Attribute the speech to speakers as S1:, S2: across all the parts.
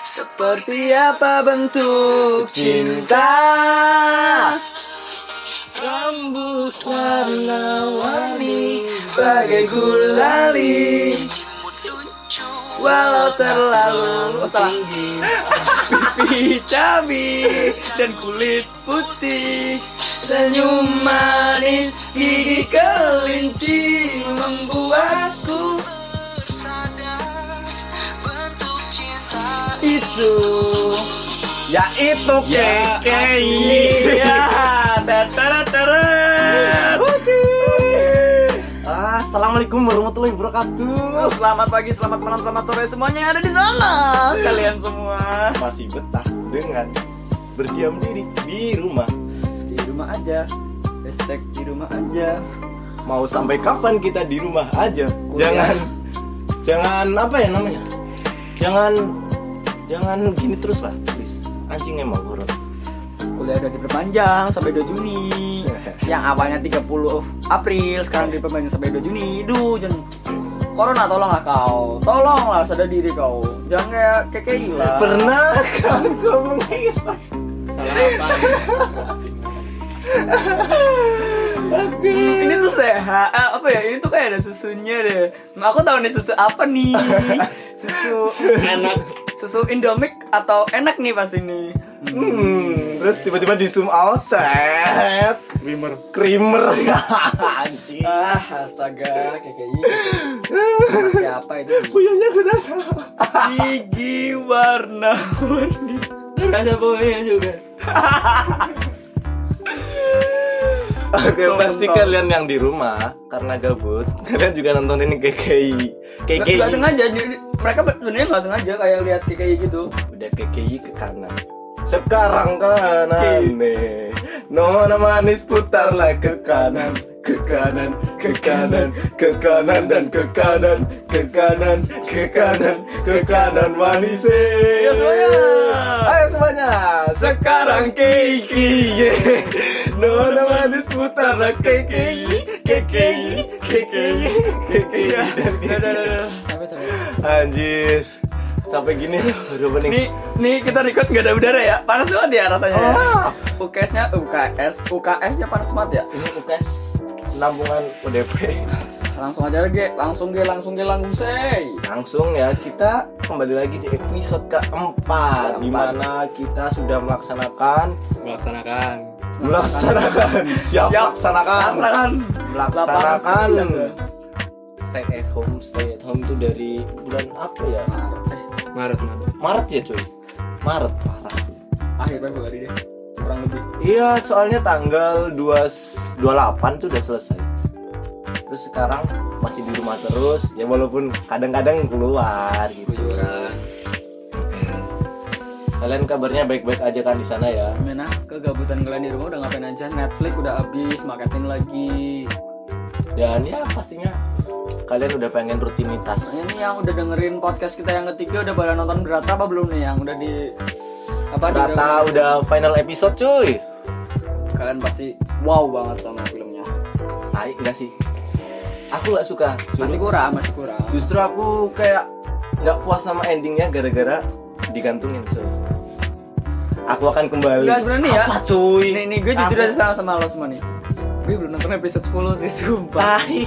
S1: Seperti apa bentuk cinta Rambut warna-warni Bagai gulali Walau terlalu tinggi Pipi cabi Dan kulit putih Senyum manis Gigi kelinci Membuatku itu
S2: Ya itu
S1: Ya,
S2: keke.
S1: asli. ya tatara
S2: Oke. Ah, Assalamualaikum warahmatullahi wabarakatuh.
S1: Oh, selamat pagi selamat malam selamat sore semuanya yang ada di sana kalian semua
S2: Masih betah dengan berdiam diri di rumah.
S1: di rumah aja hashtag di rumah aja
S2: Mau sampai kapan kita di rumah aja?
S1: Kuliah.
S2: Jangan jangan apa ya namanya? Jangan jangan gini terus lah, please. Anjing emang kurang.
S1: kuliah udah diperpanjang sampai 2 Juni yang awalnya 30 April sekarang diperpanjang sampai 2 Juni duh jangan Corona tolonglah kau, tolonglah sadar diri kau, jangan kayak kekei lah.
S2: Pernah kan kau mengira?
S3: Salah apa?
S1: Hmm, ini tuh sehat eh, apa ya ini tuh kayak ada susunya deh nah, aku tahu nih susu apa nih susu
S3: Enak.
S1: susu indomik atau enak nih pasti nih
S2: Hmm, terus tiba-tiba di zoom out, set. Creamer. Creamer. Anjing.
S1: ah astaga KKI siapa itu
S2: Puyangnya kerasa.
S1: gigi warna warni
S3: Rasa baunya juga.
S2: Oke,
S1: Sombong.
S2: pasti kalian yang di rumah karena gabut, kalian juga nontonin KKI.
S1: nggak nggak
S2: KKI.
S1: sengaja di- di- mereka sebenarnya nggak sengaja kayak lihat KKI gitu
S2: Udah KKI ke kanan. Sekarang kanan nih. Nona manis putarlah ke kanan, ke kanan, ke kanan, ke kanan dan ke kanan, ke kanan, ke kanan, ke kanan manis.
S1: Ayo semuanya.
S2: Ayo semuanya. Sekarang KKI. Nona manis putarlah KKI, KKI, KKI, KKI
S1: Iya.
S2: dan KKI.
S1: sampai sampai
S2: Anjir. Sampai gini udah bening.
S1: Nih, nih kita record nggak ada udara ya? Panas banget ya rasanya. ya?
S2: Oh.
S1: UKS-nya UKS, UKS-nya panas banget ya.
S2: ini UKS penampungan ODP
S1: Langsung aja lagi, langsung ge, langsung ge, langsung say.
S2: langsung ya kita kembali lagi di episode keempat di mana kita sudah melaksanakan
S3: Melaksanakan.
S2: melaksanakan siap
S1: Siap.
S2: melaksanakan
S1: Laksanakan. Nah,
S2: melaksanakan
S1: Lapangan siaga.
S2: stay at home stay at home tuh dari bulan apa ya
S1: eh,
S3: Maret Maret.
S2: Maret ya cuy Maret parah
S1: Akhir Februari deh, kurang lebih.
S2: iya soalnya tanggal 2 28 tuh udah selesai terus sekarang masih di rumah terus ya walaupun kadang-kadang keluar gitu
S3: Keluyuran.
S2: Kalian kabarnya baik-baik aja kan di sana ya?
S1: Gimana? Kegabutan kalian di rumah udah ngapain aja? Netflix udah habis, marketing lagi.
S2: Dan ya pastinya kalian udah pengen rutinitas.
S1: Ini yang udah dengerin podcast kita yang ketiga udah pada nonton berata apa belum nih? Yang udah di apa? di-
S2: Rata udah final episode cuy.
S1: Kalian pasti wow banget sama filmnya.
S2: Tai enggak Nah, iya sih? Aku nggak suka. Ju-
S1: Masih kurang, masih kurang.
S2: Justru aku kayak nggak puas sama endingnya gara-gara digantungin cuy. Aku akan kembali.
S1: Enggak sebenarnya nih ya.
S2: Apa cuy?
S1: Nih, nih gue jujur
S2: Apa?
S1: aja sama sama lo semua nih. Gue belum nonton episode 10 sih, sumpah.
S2: Tai.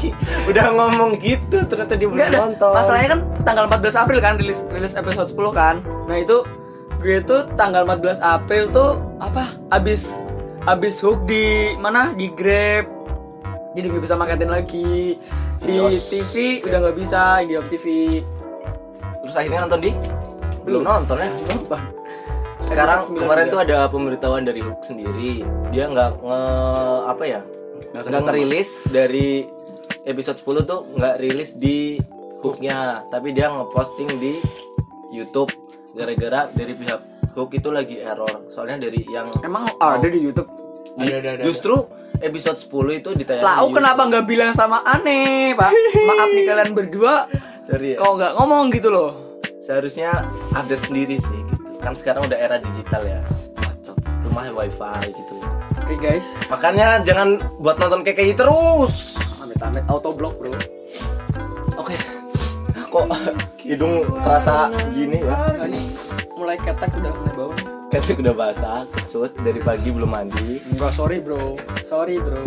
S2: udah ngomong gitu ternyata dia Ah, belum
S1: Enggak ada.
S2: nonton.
S1: Masalahnya kan tanggal 14 April kan rilis rilis episode 10 kan. Nah, itu gue tuh tanggal 14 April tuh apa? Abis abis hook di mana? Di Grab. Jadi gue bisa marketing lagi di
S2: Vios.
S1: TV udah nggak bisa di Op TV.
S2: Terus akhirnya nonton di? Belum nonton ya? sekarang kemarin tuh ada pemberitahuan dari Hook sendiri dia nggak nge apa ya
S3: Nggak
S2: nggak ngerilis dari episode 10 tuh nggak rilis di Hooknya tapi dia ngeposting di YouTube gara-gara dari pihak Hook itu lagi error soalnya dari yang
S1: Emang ada di YouTube.
S2: di-
S1: Iya,
S3: Ada, ada, ada.
S2: justru episode 10 itu ditayangkan
S1: Lau
S2: di
S1: kenapa nggak bilang sama aneh, Pak? Maaf nih kalian berdua
S2: YouTube. Sorry ya.
S1: kau nggak ngomong gitu loh.
S2: seharusnya update sendiri sih gitu kan sekarang udah era digital ya Bacot. rumah wifi gitu
S1: Oke guys,
S2: makanya jangan buat nonton KKI gitu terus
S1: amit-amit auto block bro.
S2: Oke, kok hidung kerasa gini ya?
S1: Nah, ini mulai ketek udah mulai bau.
S2: Ketek udah basah, kecut dari pagi belum mandi.
S1: Enggak sorry bro, sorry bro.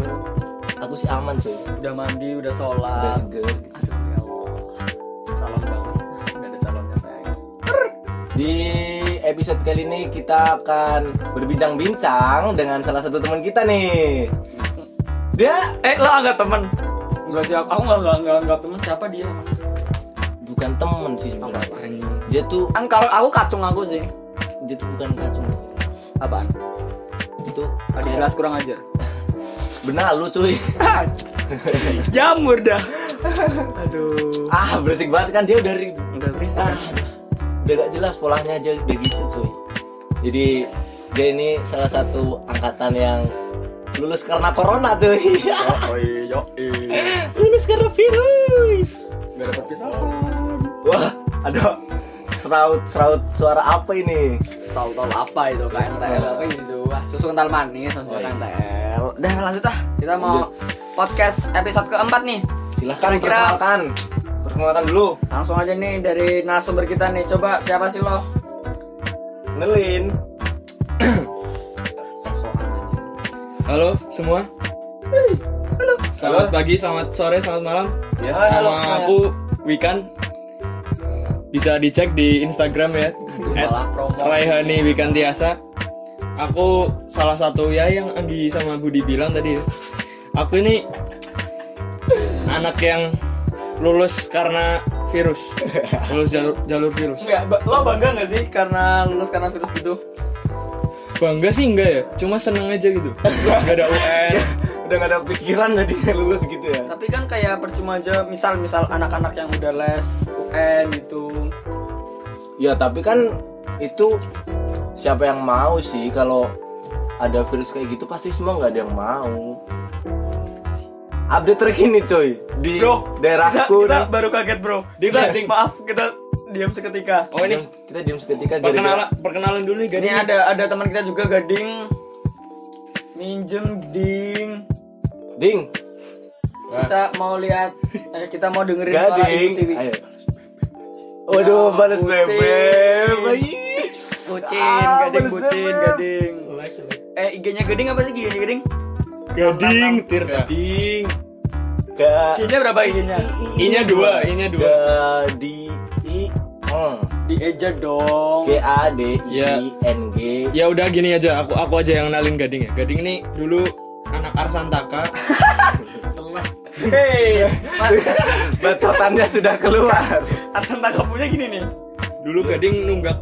S2: Aku sih aman cuy,
S1: Udah mandi, udah
S2: udah
S1: sholat.
S2: seger.
S1: Aduh ya Allah, calon banget. Gak ada calonnya saya.
S2: Di episode kali ini kita akan berbincang-bincang dengan salah satu teman kita nih. Dia
S1: Eh lo anggap temen? Enggak siapa, aku nggak nggak nggak anggap temen siapa dia?
S2: bukan temen sih sebenarnya.
S3: Anjing.
S2: Dia tuh
S1: Kan kalau aku kacung aku sih.
S2: dia tuh bukan kacung.
S1: Apaan?
S2: Itu
S1: Ada jelas kurang ajar.
S2: benar lu cuy.
S1: Jamur dah. Aduh.
S2: Ah berisik banget kan dia dari
S3: Udah berisik.
S2: ah, udah gak jelas polanya aja udah gitu cuy. Jadi dia ini salah satu angkatan yang lulus karena corona cuy.
S3: Oh.
S1: Yoi, yoi.
S2: lulus karena virus.
S1: Gak dapet pisau.
S2: Wah, ada seraut-seraut suara apa ini?
S1: Tol-tol apa itu KNTL apa itu? Wah, susu kental manis maksudnya
S2: Oh, iya.
S1: KNTL. Udah lanjut ah. Kita mau podcast episode keempat nih.
S2: Silahkan
S1: Kira-kira-
S2: perkenalkan. Perkenalkan dulu.
S1: Langsung aja nih dari narasumber kita nih. Coba siapa sih lo?
S2: Nelin.
S1: Sok-sokan aja.
S3: Halo semua. Selamat
S2: Halo.
S3: pagi, selamat sore, selamat malam.
S1: Hai, halo,
S3: Nama
S1: saya.
S3: aku Wikan. Bisa dicek di Instagram ya. At
S1: Malah promo.
S3: Raihani Wikantiasa. Aku salah satu ya yang Anggi sama Budi bilang tadi. Aku ini anak yang lulus karena virus. Lulus jalur, jalur virus.
S1: Enggak, ba- lo bangga gak sih karena lulus karena virus gitu?
S3: Bangga sih enggak ya, cuma seneng aja gitu. Gak ada UN.
S2: Udah gak ada pikiran tadi lulus gitu ya.
S1: Tapi kan kayak percuma aja misal-misal anak-anak yang udah les UN gitu.
S2: Ya tapi kan itu siapa yang mau sih kalau ada virus kayak gitu pasti semua nggak ada yang mau. Update terkini coy di
S1: kita,
S2: daerahku
S1: kita
S2: nih.
S1: baru kaget, Bro. Kita maaf, kita diam seketika.
S3: Oh ini
S2: Kita diam seketika
S3: perkenalan
S2: gara-gara
S3: perkenalan dulu nih
S1: Ini
S3: gadis.
S1: ada ada teman kita juga Gading. Minjem ding.
S2: ding
S1: Kita mau lihat eh, kita mau dengerin suara
S2: gading.
S1: Ibu Tiwi.
S2: Ayo. Waduh,
S3: Ya
S2: balas
S1: kucing.
S2: BBM. Ih.
S1: Kucing,
S2: Ah,
S1: Gading,
S2: balas
S1: kucing,
S2: BBM.
S1: Gading. Eh, IG-nya Gading apa sih IG-nya Gading?
S3: Gading Tirta.
S2: Gading. Ga-
S1: IG-nya berapa IG-nya?
S3: I-nya dua, I-nya dua. Hmm.
S2: Gadi i eng.
S1: Dieja dong.
S2: G A D I
S3: Ya.
S2: N G.
S3: Ya udah gini aja, aku aku aja yang nalin Gading ya. Gading ini dulu anak Arsantaka.
S1: Hei, Mas,
S2: Bacotannya sudah keluar.
S1: Arsan tangkapunya gini nih.
S3: Dulu Gading nunggak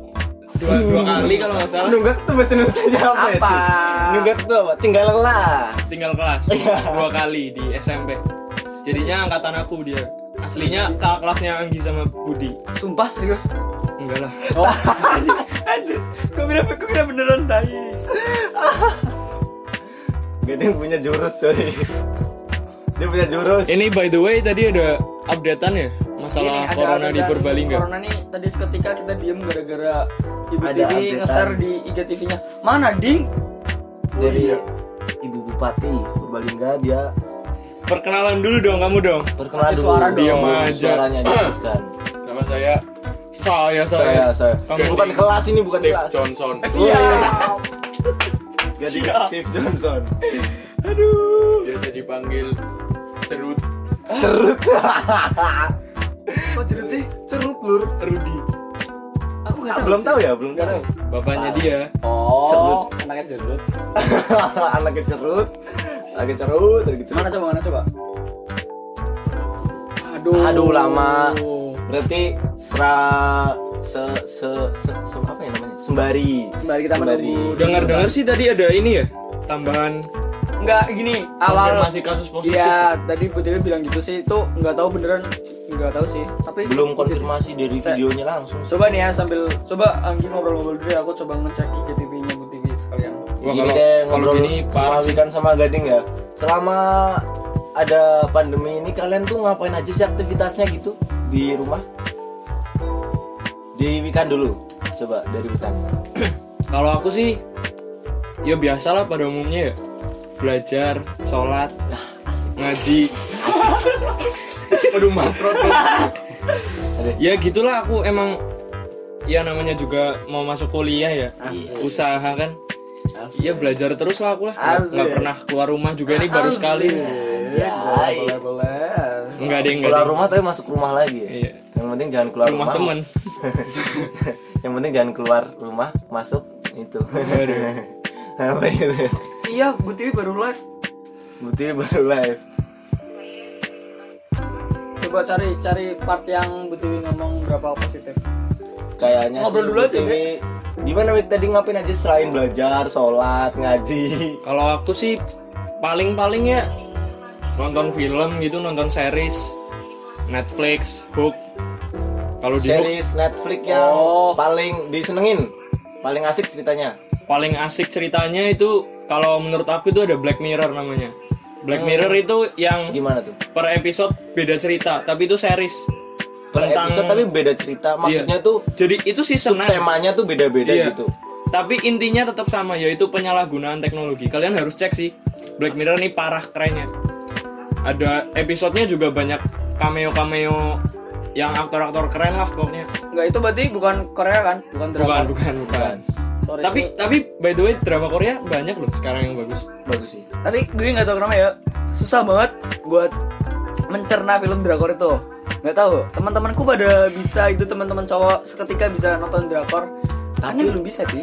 S3: dua, dua kali kalau nggak salah
S2: Nunggak tuh bahasa Indonesia apa, ya,
S1: Apa?
S2: Ci? Nunggak tuh apa? Tinggal lelah.
S3: tinggal kelas dua kali di SMP. Jadinya angkatan aku dia. Aslinya kakak kelasnya Anggi sama Budi.
S1: Sumpah serius.
S3: Enggak lah.
S1: Oh, anjir, anjir. Gua kira, gua kira beneran tai.
S2: Gading punya jurus coy. Dia punya jurus.
S3: Ini by the way tadi ada updatean ya masalah
S1: Ini ada
S3: corona di
S1: updatean
S3: Purbalingga.
S1: Corona nih tadi seketika kita diem gara-gara Ibu
S2: Ada
S1: TV
S2: updatean.
S1: nge-share di IGTV-nya. Mana ding?
S3: Oh,
S2: dari Ibu Bupati Purbalingga dia
S3: Perkenalan dulu dong kamu dong.
S2: perkenalan
S1: Kasih
S2: dulu
S1: suara dong.
S2: Diam
S3: Diam aja.
S2: suaranya disebutkan.
S4: Nama saya
S3: Saya
S2: saya
S3: saya.
S2: saya.
S3: Kamu-
S2: Bukan kelas ini bukan
S4: Steve
S2: kelas.
S4: Johnson.
S3: iya.
S1: Siap.
S2: Gading Steve Johnson.
S1: Aduh.
S4: Biasa dipanggil Cerut.
S2: Cerut.
S1: Kok jerit sih?
S2: Cerut lur.
S3: Rudi.
S1: Aku enggak
S2: Ah,
S1: tahu.
S2: belum tahu ya, belum tahu.
S3: Bapaknya dia.
S1: Oh,
S2: Serut.
S1: anaknya jerut.
S2: Anaknya cerut. Lagi cerut, lagi cerut.
S1: Mana coba, mana coba? Aduh.
S2: Aduh, lama. Berarti sera se se se, se- apa ya namanya? Sembari.
S1: Sembari kita menunggu.
S3: Dengar-dengar sih tadi ada ini ya tambahan
S1: Enggak gini, awal
S3: Konfirmasi kasus positif.
S1: Iya, tadi Bu Dewi bilang gitu sih, itu enggak tahu beneran enggak tahu sih. Tapi
S2: Belum konfirmasi dari
S1: Saya-
S2: videonya langsung.
S1: Coba nih ya sambil coba Anggi ngobrol-ngobrol dulu ya, aku coba ngecek IGTV-nya Bu TV sekalian.
S3: Wah,
S2: gini
S3: kalau-
S2: deh
S3: kalau
S2: ngobrol
S3: gini parah
S2: sama
S3: sih.
S2: Wikan sama Gading ya. Selama ada pandemi ini kalian tuh ngapain aja sih aktivitasnya gitu di rumah? Di Wikan dulu. Coba dari Wikan.
S3: Kalau aku sih ya biasalah pada umumnya ya. Belajar, sholat, ngaji. Aduh, mantro tuh. ya gitulah aku emang ya namanya juga mau masuk kuliah ya usaha kan Iya belajar terus lah aku lah Nggak-
S1: Asik.
S3: nggak pernah keluar rumah juga ini baru sekali
S1: Iya, boleh boleh boleh.
S3: Enggak deh enggak
S2: keluar
S3: deh.
S2: rumah tapi masuk rumah lagi ya?
S3: Iya.
S2: yang penting jangan keluar
S3: rumah
S2: rumah,
S3: temen
S2: yang penting jangan keluar rumah masuk itu apa itu
S1: Iya, Bu Tiwi baru live.
S2: Bukti baru live
S1: Coba cari cari part yang Bu Tiwi ngomong berapa positif.
S2: kayaknya
S1: Ngobrol dulu aja,
S2: ini gimana Wit? tadi ngapain aja selain belajar sholat ngaji
S3: kalau aku sih paling paling ya nonton film gitu nonton series Netflix Hook kalau di Hook
S2: series Netflix yang
S1: Oh.
S2: paling disenengin paling asik ceritanya
S3: paling asik ceritanya itu kalau menurut aku itu ada Black Mirror namanya Black Mirror itu yang
S2: gimana tuh
S3: per episode beda cerita tapi itu series
S2: per
S3: Tentang-
S2: episode tapi beda cerita maksudnya
S3: Iya.
S2: tuh
S3: jadi itu seasonan
S2: temanya tuh beda-beda
S3: Iya.
S2: gitu
S3: Tapi intinya tetap sama yaitu penyalahgunaan teknologi. Kalian harus cek sih. Black Mirror ini parah kerennya. Ada episodenya juga banyak cameo-cameo yang aktor-aktor keren lah pokoknya.
S1: Enggak, itu berarti bukan Korea kan? Bukan drama.
S3: Bukan, bukan, bukan.
S1: Sorry,
S3: Tapi
S1: sorry.
S3: tapi by the way drama Korea banyak loh sekarang yang bagus.
S2: bagus sih
S1: tapi gue nggak tahu kenapa ya. Susah banget buat mencerna film drakor itu. Nggak tahu. Teman-temanku pada bisa itu teman-teman cowok seketika bisa nonton drakor. Tapi belum bisa sih.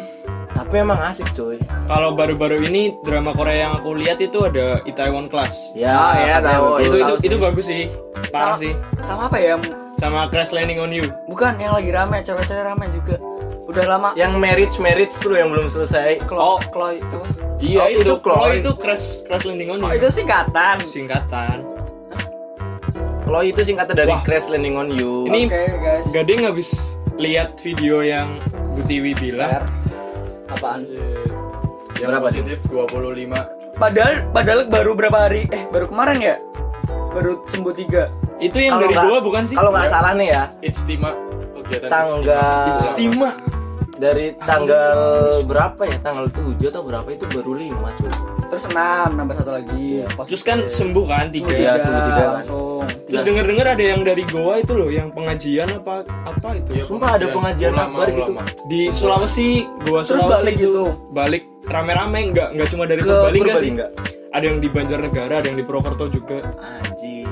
S2: tapi emang asik coy
S3: Kalau baru-baru ini drama Korea yang aku lihat itu ada Itaewon Class.
S2: ya
S1: Oh, iya,
S2: katanya
S1: tahu.
S2: bagus.
S3: itu itu
S1: tahu sih.
S3: itu bagus sih. Parah
S1: sama,
S3: sih.
S1: Sama apa ya?
S3: Sama Crash Landing on You.
S1: Bukan yang lagi rame, cewek-cewek rame juga. Udah lama.
S3: Ya.
S2: yang marriage marriage tuh yang belum selesai
S1: Klo, Klo itu.
S3: Iya
S2: Oh,
S3: itu.
S2: itu Chloe.
S3: Chloe itu Crash Crash Landing on You.
S1: Oh, itu singkatan.
S3: Singkatan.
S2: Chloe itu singkatan dari
S3: Wah.
S2: crash landing on you
S3: Ini-
S1: Oke, guys.
S3: Gading habis lihat video yang Bu Tiwi bilang
S1: Share. Apaan?
S4: Yang
S2: Ya, Berapa, Din?
S4: positif 25
S1: Padahal padahal baru berapa hari? Eh, baru kemarin ya? Baru sembuh tiga.
S3: itu yang dari
S2: nggak-
S3: gua bukan sih? Iya.
S2: kalau nggak salah nih ya
S4: Ijtima kegiatan
S2: tanggal
S3: Stima.
S2: dari
S3: Ah,
S2: tanggal
S3: iya,
S2: berapa ya tanggal 7 atau berapa itu baru 5 cuy
S1: Terus enam nambah satu lagi. Positif.
S3: Terus kan sembuh kan
S1: Sembuh
S3: tiga.
S2: sembuh tiga.
S1: langsung.
S3: Terus denger-dengar ada yang dari Goa itu loh, yang pengajian apa apa itu
S4: Iya,
S2: Sumpah ada pengajian
S4: ulama,
S2: akbar gitu.
S4: ulama.
S3: di Sulawesi, Goa
S1: Terus
S3: Sulawesi
S1: balik
S3: itu
S1: gitu.
S3: balik rame-rame nggak nggak cuma dari
S2: Ke
S3: Purbalingga sih.
S2: Purbalingga.
S3: Ada yang di Banjarnegara, ada yang di Purwokerto juga.
S2: anjir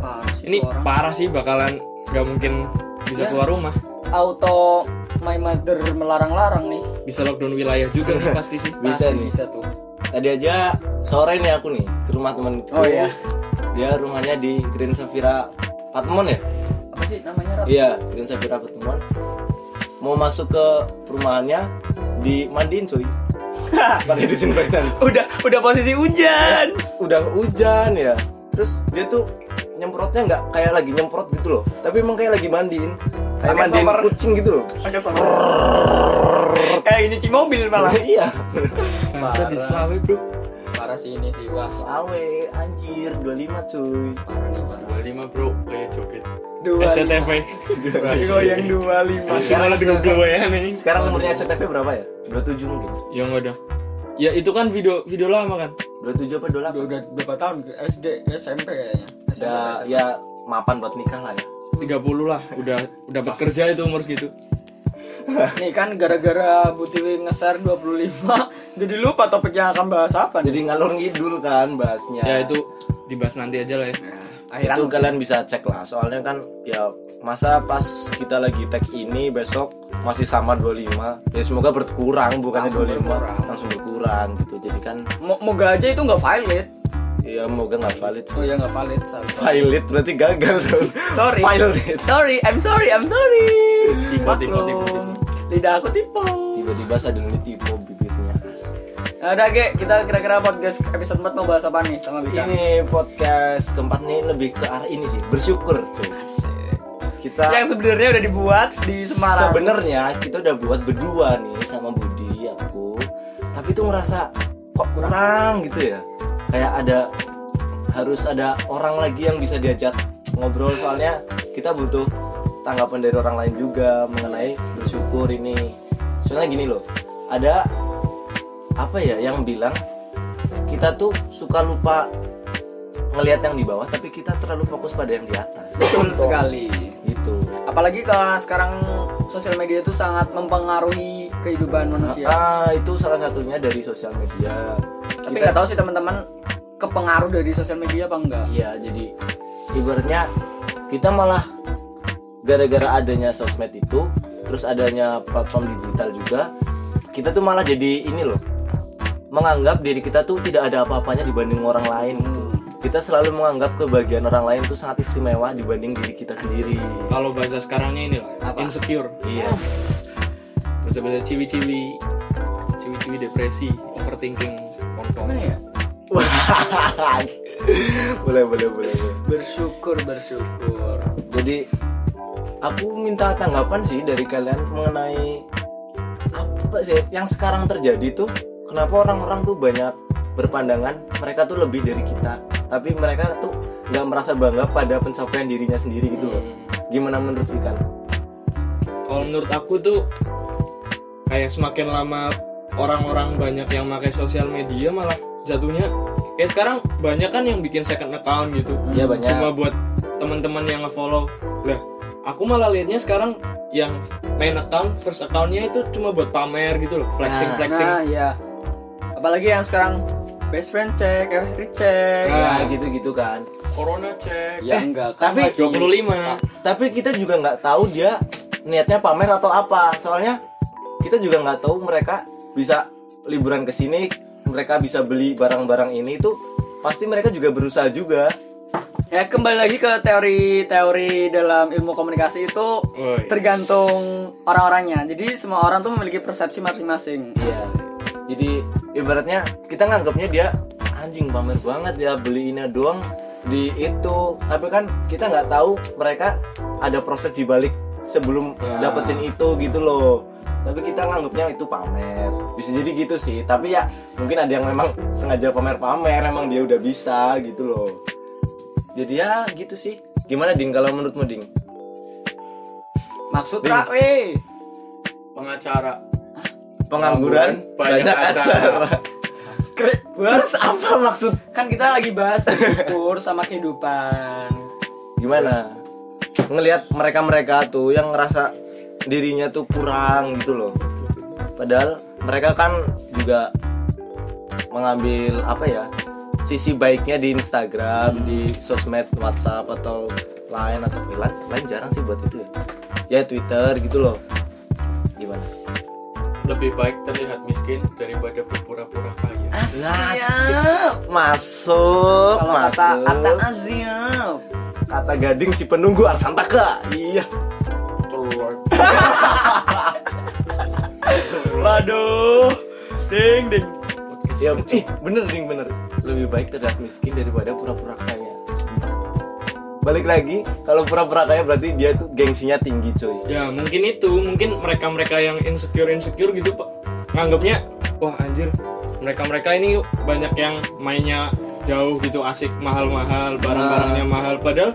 S1: Apaan sih
S3: Ini
S1: itu orang?
S3: parah sih bakalan nggak mungkin
S2: Iya.
S3: bisa keluar rumah.
S1: auto my mother melarang-larang nih.
S3: Bisa lockdown wilayah juga
S2: Iya.
S3: nih pasti sih.
S2: bisa
S1: Pasti
S2: nih
S1: Bisa tuh.
S2: tadi aja sore nih aku nih ke rumah temanku
S1: Oh, iya.
S2: dia rumahnya di Green Safira Patmon ya
S1: Apa sih namanya? Rat?
S2: iya Green Safira Patmon mau masuk ke perumahannya dimandiin cuy pakai disinfektan
S1: Udah udah posisi hujan.
S2: udah hujan ya terus dia tuh nyemprotnya nggak kayak lagi nyemprot gitu loh tapi emang kayak lagi mandiin kayak
S1: Pakai
S2: mandiin
S1: shower.
S2: kucing gitu loh
S1: Ada sama. Kayak nyuci mobil malah.
S2: iya
S3: Bangsa di Sulawesi bro.
S1: Parah sih ini sih wah.
S2: awe anjir 25 cuy
S1: Parah nih parah.
S4: 25 bro kayak joget
S1: Dua lima.
S3: SCTV. Iya.
S1: yang dua lima.
S3: Masih malah dengan ya nih.
S2: sekarang umurnya STV berapa ya 27 mungkin
S3: Ya enggak dah. Ya itu kan video video lama kan.
S2: 27 apa
S1: Dua
S2: 28
S1: berapa tahun? SD SMP kayaknya. SMP,
S2: ya
S1: SMP.
S2: ya mapan buat nikah lah ya
S3: 30 lah udah udah dapat kerja itu umur segitu.
S1: Nih kan gara-gara Bu Tiwi nge-share 25 Jadi lupa topiknya akan bahas apa nih
S2: jadi ngalur ngidul kan bahasnya
S3: Ya itu dibahas nanti aja lah ya.
S1: Akhiran
S2: itu kalian bisa cek lah soalnya kan ya masa pas kita lagi tag ini besok masih sama 25 ya semoga berkurang bukannya
S1: Langsung
S2: 25
S1: berkurang.
S2: langsung berkurang gitu jadi kan
S1: Mo- Moga aja itu nggak valid
S2: ya moga nggak valid
S1: Oh ya nggak valid sorry.
S2: valid berarti gagal dong
S1: Sorry
S2: Valid.
S1: Sorry I'm sorry I'm sorry
S3: Tipe, tipe,
S1: Maklum.
S3: tipe, tipe.
S1: Lidah aku tipu
S2: tiba-tiba suddenly tipe bibirnya
S1: Nah, Udah Ge Kita kira-kira podcast episode 4 mau bahas apa nih sama Bika
S2: ini podcast keempat nih lebih ke arah ini sih bersyukur cuy kita
S1: Yang sebenarnya udah dibuat di Semarang
S2: Sebenarnya kita udah buat berdua nih sama Budi aku, tapi tuh ngerasa kok kurang gitu ya. Kayak ada harus ada orang lagi yang bisa diajak ngobrol soalnya kita butuh tanggapan dari orang lain juga mengenai bersyukur ini. Soalnya gini loh, ada apa ya yang bilang kita tuh suka lupa ngelihat yang di bawah tapi kita terlalu fokus pada yang di atas. Gitu.
S1: Betul sekali
S2: Itu
S1: apalagi kalau sekarang sosial media itu sangat mempengaruhi kehidupan manusia
S2: Ah, itu salah satunya dari sosial media.
S1: tapi nggak tahu sih teman-teman kepengaruh dari sosial media apa enggak
S2: Iya, jadi ibaratnya kita malah gara-gara adanya sosmed itu, terus adanya platform digital juga, kita tuh malah jadi ini loh, menganggap diri kita tuh tidak ada apa-apanya dibanding orang lain.
S1: Hmm.
S2: gitu. Kita selalu menganggap kebahagiaan orang lain tuh sangat istimewa dibanding diri kita sendiri.
S3: Kalau bahasa sekarangnya ini lah, insecure.
S2: Iya,
S3: Bahasa bahasa ciwi-ciwi, ciwi-ciwi depresi, overthinking, kongkong.
S1: Gimana ya? Ah.
S2: boleh, boleh, boleh. boleh.
S1: bersyukur bersyukur
S2: Jadi aku minta tanggapan sih dari kalian mengenai apa sih yang sekarang terjadi tuh kenapa orang-orang tuh banyak berpandangan mereka tuh lebih dari kita tapi mereka tuh nggak merasa bangga pada pencapaian dirinya sendiri gitu loh. Gimana menurut ikan?
S3: Kalau menurut aku tuh kayak semakin lama orang-orang banyak yang pakai sosial media malah jatuhnya kayak sekarang banyak kan yang bikin second account gitu.
S2: Iya, banyak.
S3: Cuma buat teman-teman yang nge-follow. Lah, aku malah liatnya sekarang yang main account first accountnya itu cuma buat pamer gitu loh, flexing
S2: Nah,
S3: flexing.
S1: nah ya apalagi yang sekarang best friend cek eh, recheck
S3: Ah.
S2: Ya gitu-gitu kan.
S4: Corona cek.
S1: ya enggak kan
S2: tapi-
S1: lagi-
S3: 25.
S2: Tapi kita juga nggak tahu dia niatnya pamer atau apa. Soalnya kita juga nggak tahu mereka bisa liburan ke sini, mereka bisa beli barang-barang ini tuh pasti mereka juga berusaha juga.
S1: Ya kembali lagi ke teori-teori dalam ilmu komunikasi itu
S3: Woi.
S1: tergantung orang-orangnya. Jadi semua orang tuh memiliki persepsi masing-masing.
S2: Iya. Jadi ibaratnya kita nganggapnya dia anjing pamer banget ya beli ini doang di itu. Tapi kan kita nggak tahu mereka ada proses dibalik sebelum dapetin itu gitu loh. Tapi kita nganggapnya itu pamer. Bisa jadi gitu sih. Tapi ya mungkin ada yang memang sengaja pamer-pamer emang dia udah bisa gitu loh. Jadi ya gitu sih. Gimana Ding kalau menurutmu Ding?
S1: Maksud Ra, weh.
S4: Pengacara.
S2: Pengangguran banyak, acara.
S1: Krik.
S2: Terus apa maksud?
S1: Kan kita lagi bahas bersyukur sama kehidupan.
S2: gimana ngelihat mereka mereka tuh yang ngerasa dirinya tuh kurang gitu loh padahal mereka kan juga mengambil apa ya sisi baiknya di Instagram di sosmed WhatsApp atau lain atau eh, lain, lain jarang sih buat itu ya ya Twitter gitu loh gimana
S4: Lebih baik terlihat miskin daripada berpura-pura kaya.
S1: Nah, Siap.
S2: Iya. masuk
S1: Kalau
S2: masuk
S1: kata Atta
S2: kata,
S1: Azim.
S2: gading si penunggu Arsantaka iya
S4: Telur.
S1: Waduh. Ding ding.
S2: Ya, ih, bener ding bener. Lebih baik terlihat miskin daripada pura-pura kaya. Balik lagi, kalau pura-pura kaya berarti dia tuh gengsinya tinggi cuy.
S1: Iya,
S3: Ya mungkin itu, mungkin mereka-mereka yang insecure-insecure gitu pak Nganggapnya, wah anjir mereka-mereka ini banyak yang mainnya jauh gitu asik mahal-mahal barang-barangnya
S1: Nah.
S3: mahal padahal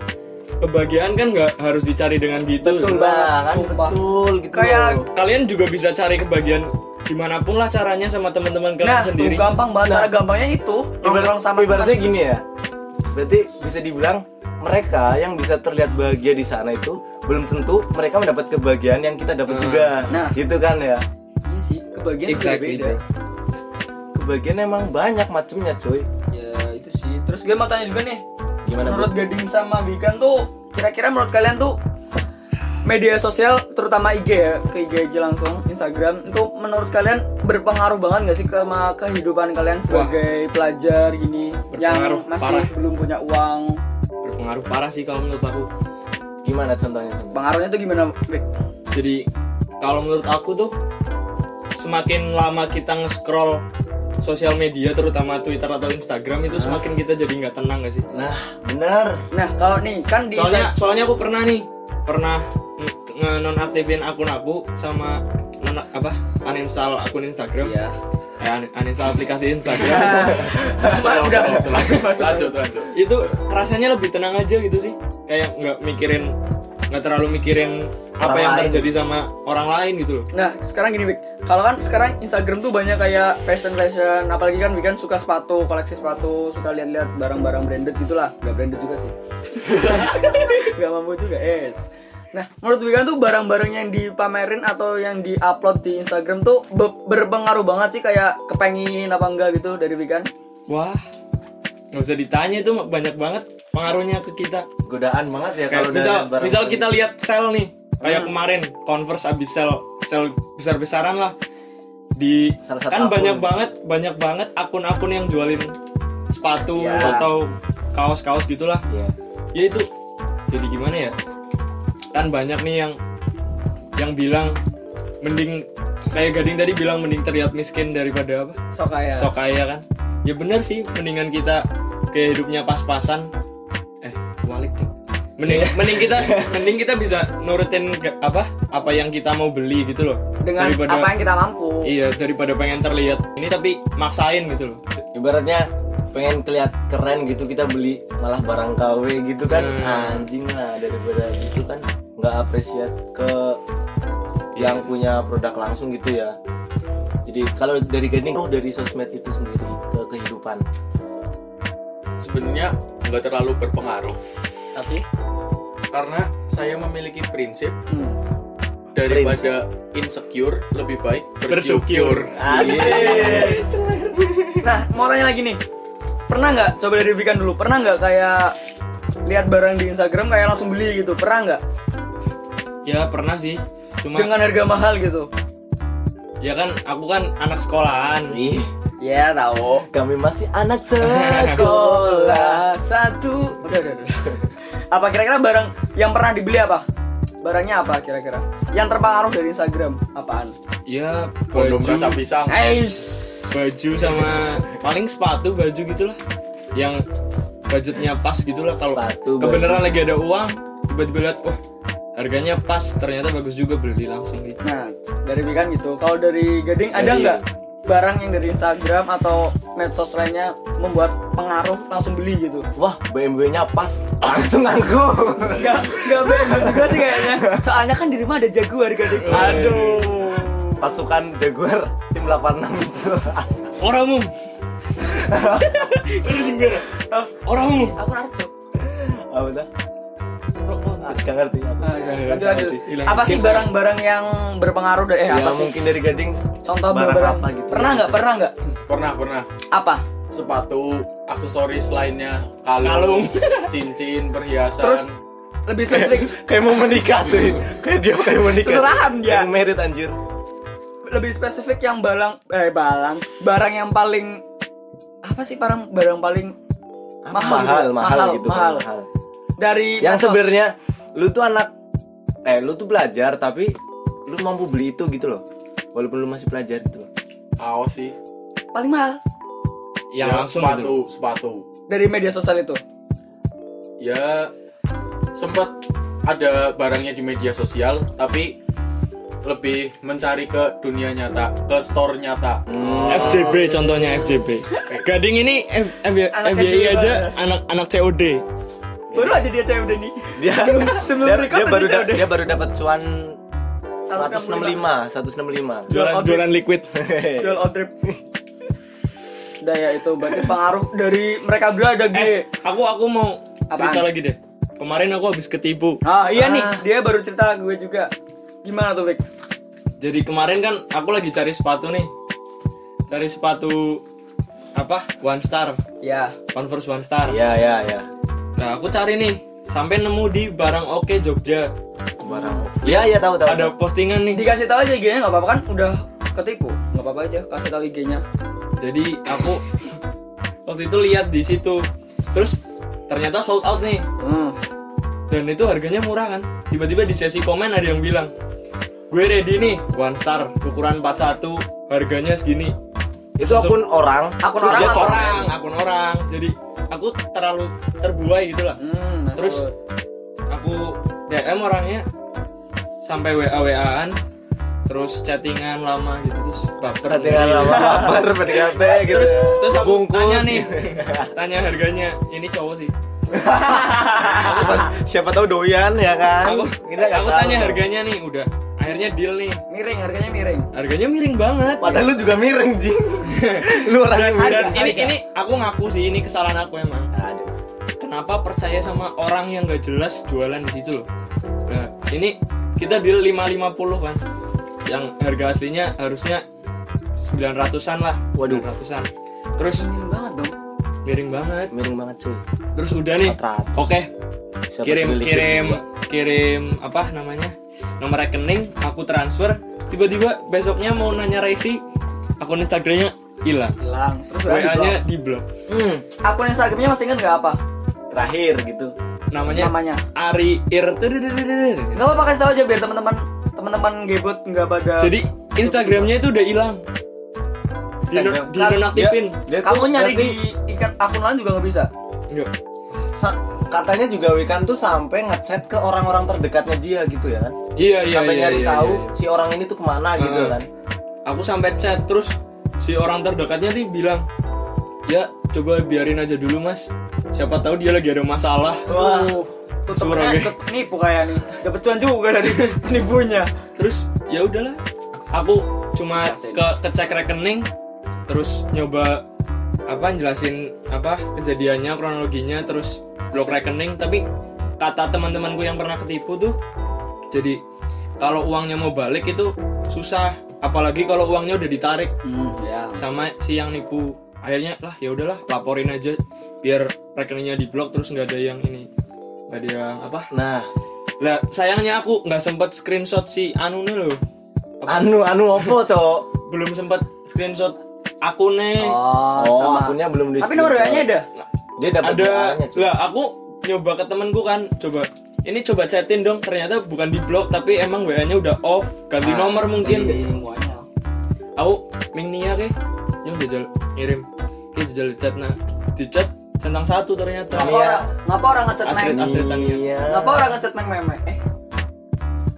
S3: kebahagiaan kan nggak harus dicari dengan gitu
S1: Betul.
S2: Nah, kan
S1: Sumpah.
S2: betul gitu.
S1: Kayak-
S2: loh.
S3: kalian juga bisa cari kebahagiaan dimanapun lah caranya sama teman-teman kalian
S1: Nah, tuh
S3: sendiri
S1: gampang banget. Cara gampangnya itu
S2: Ibarat-
S1: nongkrong sama
S2: ibaratnya gini ya. Berarti bisa dibilang mereka yang bisa terlihat bahagia di sana itu belum tentu mereka mendapat kebahagiaan yang kita dapat juga.
S1: Nah.
S2: Gitu kan ya.
S1: teman. Iya sih, kebagian
S3: exactly bro
S2: Kebahagiaan emang banyak macamnya cuy.
S1: Ya itu sih. Terus gue mau tanya juga nih.
S2: Gimana, Bu?
S1: Menurut Gading sama Wikan tuh kira-kira menurut kalian tuh media sosial terutama IG ya ke IG aja langsung Instagram itu menurut kalian berpengaruh banget gak sih ke sama kehidupan kalian sebagai pelajar gini yang
S3: Berpengaruh,
S1: masih
S3: parah.
S1: belum punya uang
S3: berpengaruh parah sih kalau menurut aku
S2: Gimana contohnya contohnya?
S1: pengaruhnya tuh gimana Wik?
S3: Jadi kalau menurut aku tuh semakin lama kita nge-scroll sosial media terutama Twitter atau Instagram itu semakin kita jadi nggak tenang gak sih?
S2: Nah, benar.
S1: nah kalau nih kan di
S3: Soalnya soalnya aku pernah nih pernah nge- nge-nonaktifin akun aku sama non apa uninstall akun Instagram
S1: Iya.
S3: eh un- uninstall aplikasi Instagram
S1: Udah, udah.
S4: Lanjut, lanjut.
S3: itu rasanya lebih tenang aja gitu sih kayak nggak mikirin nggak terlalu mikirin apa
S2: Orang
S3: yang
S2: lain.
S3: terjadi sama orang lain gitu loh
S1: Nah, sekarang gini, Wik. Kalau kan sekarang Instagram tuh banyak kayak fashion-fashion, apalagi kan Wik kan suka sepatu, koleksi sepatu, suka lihat-lihat barang-barang branded gitulah. Gak branded juga sih. Gak mampu juga, es. Nah, menurut Wigan tuh barang-barang yang dipamerin atau yang diupload di Instagram tuh be- berpengaruh banget sih kayak kepengin apa enggak gitu dari Wigan.
S3: Wah, nggak usah ditanya itu banyak banget pengaruhnya ke kita.
S2: godaan banget ya
S3: Kayak
S2: kalau udah
S3: misal,
S2: lihat barang Hmm.
S3: misal
S2: baru.
S3: kita lihat sel nih, kayak kemarin Converse abis sel, sel besar-besaran lah. Di
S2: Salah satu
S3: kan
S2: akun.
S3: banyak banget, banyak banget akun-akun yang jualin sepatu
S2: Ya.
S3: atau kaos-kaos gitulah.
S2: Iya.
S3: Ya itu jadi gimana ya? Kan banyak nih yang yang bilang mending kayak Gading tadi bilang mending terlihat miskin daripada apa?
S1: So kayak
S3: sok kaya kan ya bener sih mendingan kita kayak hidupnya pas-pasan eh balik nih mending
S1: Iya.
S3: mending kita mending kita bisa nurutin ke- apa apa yang kita mau beli gitu loh
S1: dengan
S3: daripada
S1: apa yang kita mampu.
S3: iya daripada pengen terlihat ini tapi maksain gitu loh
S2: ibaratnya pengen keliat keren gitu kita beli malah barang KW gitu kan
S1: Hmm.
S2: anjing lah daripada gitu kan nggak apresiat ke yang
S1: Iya.
S2: punya produk langsung gitu ya jadi kalau dari gading tuh dari sosmed itu sendiri ke kehidupan
S4: Sebenarnya nggak terlalu berpengaruh
S1: Tapi
S4: karena saya memiliki prinsip
S1: hmm.
S4: daripada insecure lebih baik
S3: Bersyukur.
S4: bersyukur.
S1: Nah, mau tanya lagi nih. Pernah nggak coba dari Wigan dulu? Pernah nggak kayak lihat barang di Instagram kayak langsung beli gitu? Pernah nggak?
S3: ya pernah sih cuma
S1: Dengan harga mahal gitu.
S3: ya kan aku kan anak sekolahan
S2: Ih,
S1: Ya, tahu.
S2: kami masih anak sekolah
S1: Bola satu. Udah, udah, udah. Apa kira-kira barang yang pernah dibeli apa? Barangnya apa kira-kira? Yang terpengaruh dari Instagram apaan?
S3: ya
S4: Kondom
S3: baju
S4: rasa pisang.
S1: Guys.
S3: baju sama paling sepatu baju gitulah yang budgetnya pas gitulah kalau
S2: Sepatu,
S3: kebenaran lagi ada uang tiba-tiba lihat wah harganya pas ternyata bagus juga beli langsung gitu
S1: Nah, dari Wigan gitu. Kalau dari Gading ada nggak barang yang dari Instagram atau medsos lainnya membuat pengaruh langsung beli gitu?
S2: wah BMW-nya pas langsung aku
S1: Gak, gak beda juga sih kayaknya Soalnya kan di rumah ada jaguar kan Aduh
S2: iya. pasukan Jaguar tim 86 itu
S3: orang umum Ini sih gue.
S1: Oh,
S3: orang umum
S1: Aku narcok
S2: apa tuh? Gak ngerti apa.
S1: Ah,
S2: Gak
S1: lanjut, lanjut.
S2: ngerti.
S3: Hilang.
S1: Apa sih barang-barang yang berpengaruh dari eh,
S2: Ya
S1: apa sih?
S2: mungkin dari gading
S1: Contoh
S2: barang
S1: barang
S2: apa gitu.
S1: Pernah nggak? Pernah nggak?
S4: Pernah pernah
S1: Apa?
S4: sepatu, aksesoris lainnya, kalung, cincin, perhiasan.
S1: Terus lebih spesifik
S2: Kayak mau menikah tuh. Kayak dia kayak mau menikah.
S1: Seserahan dia. Iya,
S2: Kayak merit anjir.
S1: lebih spesifik yang balang eh balang barang yang paling apa sih barang barang paling mahal
S2: mahal,
S1: gitu?
S2: mahal gitu,
S1: mahal.
S2: mahal.
S1: dari
S2: Yang
S1: medsos.
S2: sebenarnya lu tuh anak eh lu tuh belajar tapi lu mampu beli itu gitu loh. Walaupun lu masih pelajar gitu loh.
S4: kaos sih.
S1: paling mahal
S3: yang
S4: Ya,
S3: langsung
S4: sepatu,
S3: gitu
S4: sepatu.
S1: dari media sosial itu
S4: Ya sempat ada barangnya di media sosial tapi lebih mencari ke dunia nyata, ke store nyata.
S3: FJB contohnya FJB Gading ini F, F-
S1: Anak
S3: FYI
S1: kecil
S3: aja
S1: banget.
S3: anak anak COD
S1: baru aja dia CFD nih
S2: Dia
S1: Sebelum
S2: dia,
S1: record
S2: dia
S1: tadi
S2: baru
S1: udah-
S2: da- dia baru dapat cuan
S1: 165.
S2: 165, 165.
S3: jualan
S1: outfit.
S3: jualan liquid
S1: jual outfit udah ya itu berarti pengaruh dari mereka berdua ada G
S3: eh aku aku mau cerita
S1: Apaan?
S3: lagi deh kemarin aku habis ketipu
S1: ah iya nih dia baru cerita gue juga gimana tuh Vic
S3: Jadi kemarin kan aku lagi cari sepatu nih. Cari sepatu apa? One Star,
S1: ya
S3: Converse One Star.
S2: Iya, iya, iya.
S3: Nah, aku cari nih sampai nemu di Barang Oke Jogja.
S2: Barang. Iya, iya tahu tahu.
S3: Ada postingan nih.
S1: dikasih tahu aja IG-nya nggak apa-apa kan udah ketipu nggak apa-apa aja kasih tahu IG-nya
S3: Jadi aku waktu itu lihat di situ. Terus ternyata sold out nih.
S1: hmm.
S3: Dan itu harganya murah kan. Tiba-tiba di sesi komen ada yang bilang, "Gue ready nih, One Star ukuran 41, harganya segini."
S2: Itu akun orang.
S1: Akun
S2: terus
S1: orang
S2: dia
S1: atau-
S2: komen.
S3: orang, akun orang. Jadi aku terlalu terbuai gitu lah.
S1: Hmm, maksud.
S3: Terus aku DM orangnya sampai WA WA-an terus chattingan lama gitu terus baper
S2: Perhatian
S1: Iya.
S3: mulu.
S2: lama baper PDKT gitu.
S3: terus terus aku
S2: Bungkus.
S3: tanya nih tanya harganya ini cowok sih
S2: siapa, siapa tahu doyan ya kan.
S3: aku
S2: Kita nggak
S3: aku
S2: tahu.
S3: tanya harganya nih udah akhirnya deal nih
S1: miring harganya miring
S3: harganya miring banget
S2: Padahal lu juga miring, Jing. lu orangnya
S3: dan,
S2: miring.
S3: dan ini ini aku ngaku sih ini kesalahan aku emang
S2: Aduh.
S3: kenapa percaya sama orang yang gak jelas jualan di situ loh nah ini kita deal 550 kan yang harga aslinya harusnya 900-an lah
S2: Waduh.
S3: 900-an terus
S1: Miring banget dong.
S3: miring banget
S2: miring banget cuy
S3: terus udah nih
S2: 400.
S3: oke
S2: Siapa
S3: kirim
S2: beli
S3: kirim
S2: berdua?
S3: kirim apa namanya nomor rekening aku transfer tiba-tiba besoknya mau nanya Resi akun Instagramnya hilang
S1: Hilang. Terus WA
S3: WA nya
S1: di-block.
S3: di blok
S2: Hmm,
S1: Akun Instagramnya masih inget nggak apa?
S2: terakhir gitu
S3: namanya,
S1: Namanya?
S3: Ari Ir tudududududud.
S1: Gak apa-apa kasih tahu aja biar teman-teman teman-teman gebut nggak pada.
S3: jadi Instagramnya itu udah hilang di,
S2: Instagram.
S3: di nonaktifin
S2: Dia tuh
S1: kamu nyari
S2: berarti-
S1: di ikat akun lain juga nggak bisa.
S2: Iya.
S3: Enggak.
S2: Sa- katanya juga Wikan tuh sampai ngechat ke orang-orang terdekatnya dia gitu ya kan
S3: iya iya
S2: sampai
S3: iya,
S2: nyari
S3: iya,
S2: tahu
S3: iya.
S2: si orang ini tuh kemana gitu
S3: Heeh.
S2: kan
S3: aku sampai chat terus si orang terdekatnya nih bilang ya coba biarin aja dulu mas siapa tahu dia lagi ada masalah
S2: Wah.
S1: Tuh, tuh
S3: Suara
S1: temennya
S3: gue.
S1: ikut nipu kayak nih. Dapat cuan juga dari penipunya.
S3: terus ya udahlah aku cuma ke kecek rekening terus nyoba apa jelasin apa kejadiannya kronologinya terus blok rekening tapi kata teman-temanku yang pernah ketipu tuh jadi kalau uangnya mau balik itu susah apalagi kalau uangnya udah ditarik
S1: ya.
S3: sama si yang nipu akhirnya lah ya udahlah laporin aja biar rekeningnya diblok terus nggak ada yang ini nggak ada yang apa
S2: nah
S3: lah sayangnya aku nggak sempet screenshot si anu nih loh
S2: anu anu opo cowok
S3: belum sempet screenshot aku nih
S1: Oh,
S2: oh
S1: sama.
S2: akunnya belum di
S1: Tapi nomor
S2: screenshot.
S1: WA-nya ada.
S2: dia dapat
S3: Nah, ada
S2: doanya, cuy.
S3: lah aku nyoba ke temanku kan coba ini coba chatin dong ternyata bukan di blok tapi emang wa nya udah off ganti
S2: Ah,
S3: nomor mungkin
S2: iya.
S1: Semuanya.
S3: aku ming nia ke yang jajal ngirim ke jajal chat nah di chat centang satu ternyata
S2: Nah,
S1: Ngapa orang ngapa orang ngechat
S3: Asli-
S1: main?
S3: asli. Asritan Yas.
S2: Iya.
S1: Ngapa orang ngechat main meme? Eh,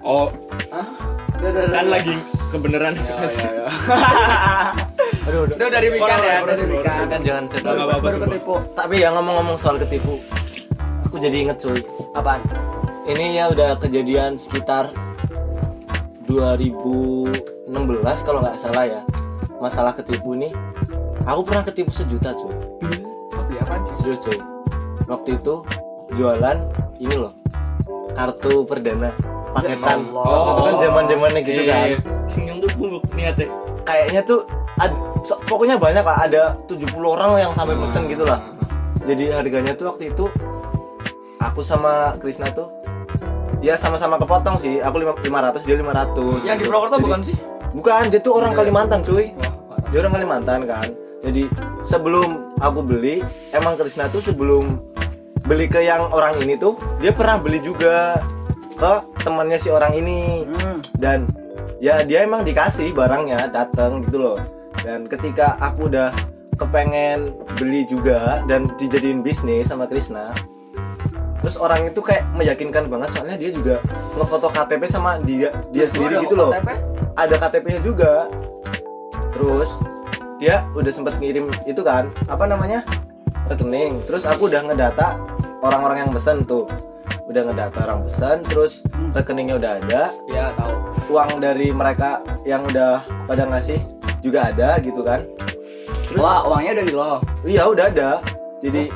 S3: oh
S1: Hah? Udah, udah, udah.
S3: kan lagi kebenaran
S2: Ya, aduh aduh.
S1: Udah dari weekend ya,
S3: Orang-orang
S1: dari
S3: semua,
S1: weekend.
S2: Kan jangan set
S3: Nggak apa-apa.
S1: Baru
S3: semua.
S1: ketipu.
S2: tapi ya ngomong-ngomong soal ketipu aku jadi inget cuy
S1: Apaan?
S2: ini ya udah kejadian sekitar 2016 kalau nggak salah ya masalah ketipu nih aku pernah ketipu sejuta cuy
S1: Beli apaan sih?
S2: serius cuy waktu itu jualan ini loh kartu perdana paketan
S1: Ya Allah.
S2: waktu itu kan zaman zamannya gitu
S3: Iya,
S2: kan
S3: singgung Eh, tuh bubuk niatnya
S2: kayaknya tuh ad- so- pokoknya banyak lah ada 70 orang lah yang sampai pesen gitu lah jadi harganya tuh waktu itu aku sama Krisna tuh ya sama-sama kepotong sih aku lima- 500 dia
S1: Yang
S2: 500
S1: di
S2: gitu.
S1: Purwokerto
S2: Jadi-
S1: bukan sih? Oh,
S2: bukan dia tuh orang Kalimantan cuy dia orang Kalimantan kan jadi sebelum aku beli emang Krisna tuh sebelum beli ke yang orang ini tuh dia pernah beli juga ke temannya si orang ini
S1: Hmm.
S2: dan ya dia emang dikasih barangnya datang gitu loh dan ketika aku udah kepengen beli juga dan dijadiin bisnis sama Krisna terus orang itu kayak meyakinkan banget soalnya dia juga ngefoto KTP sama dia dia sendiri
S1: ada
S2: gitu loh
S1: KTP?
S2: ada KTP-nya juga terus dia udah sempat ngirim itu kan apa namanya rekening terus aku udah ngedata orang-orang yang pesan tuh udah ngedata orang pesan terus rekeningnya udah ada
S1: Ya, tahu.
S2: uang dari mereka yang udah pada ngasih juga ada gitu kan
S1: Wah, uangnya dari lo.
S2: iya udah ada jadi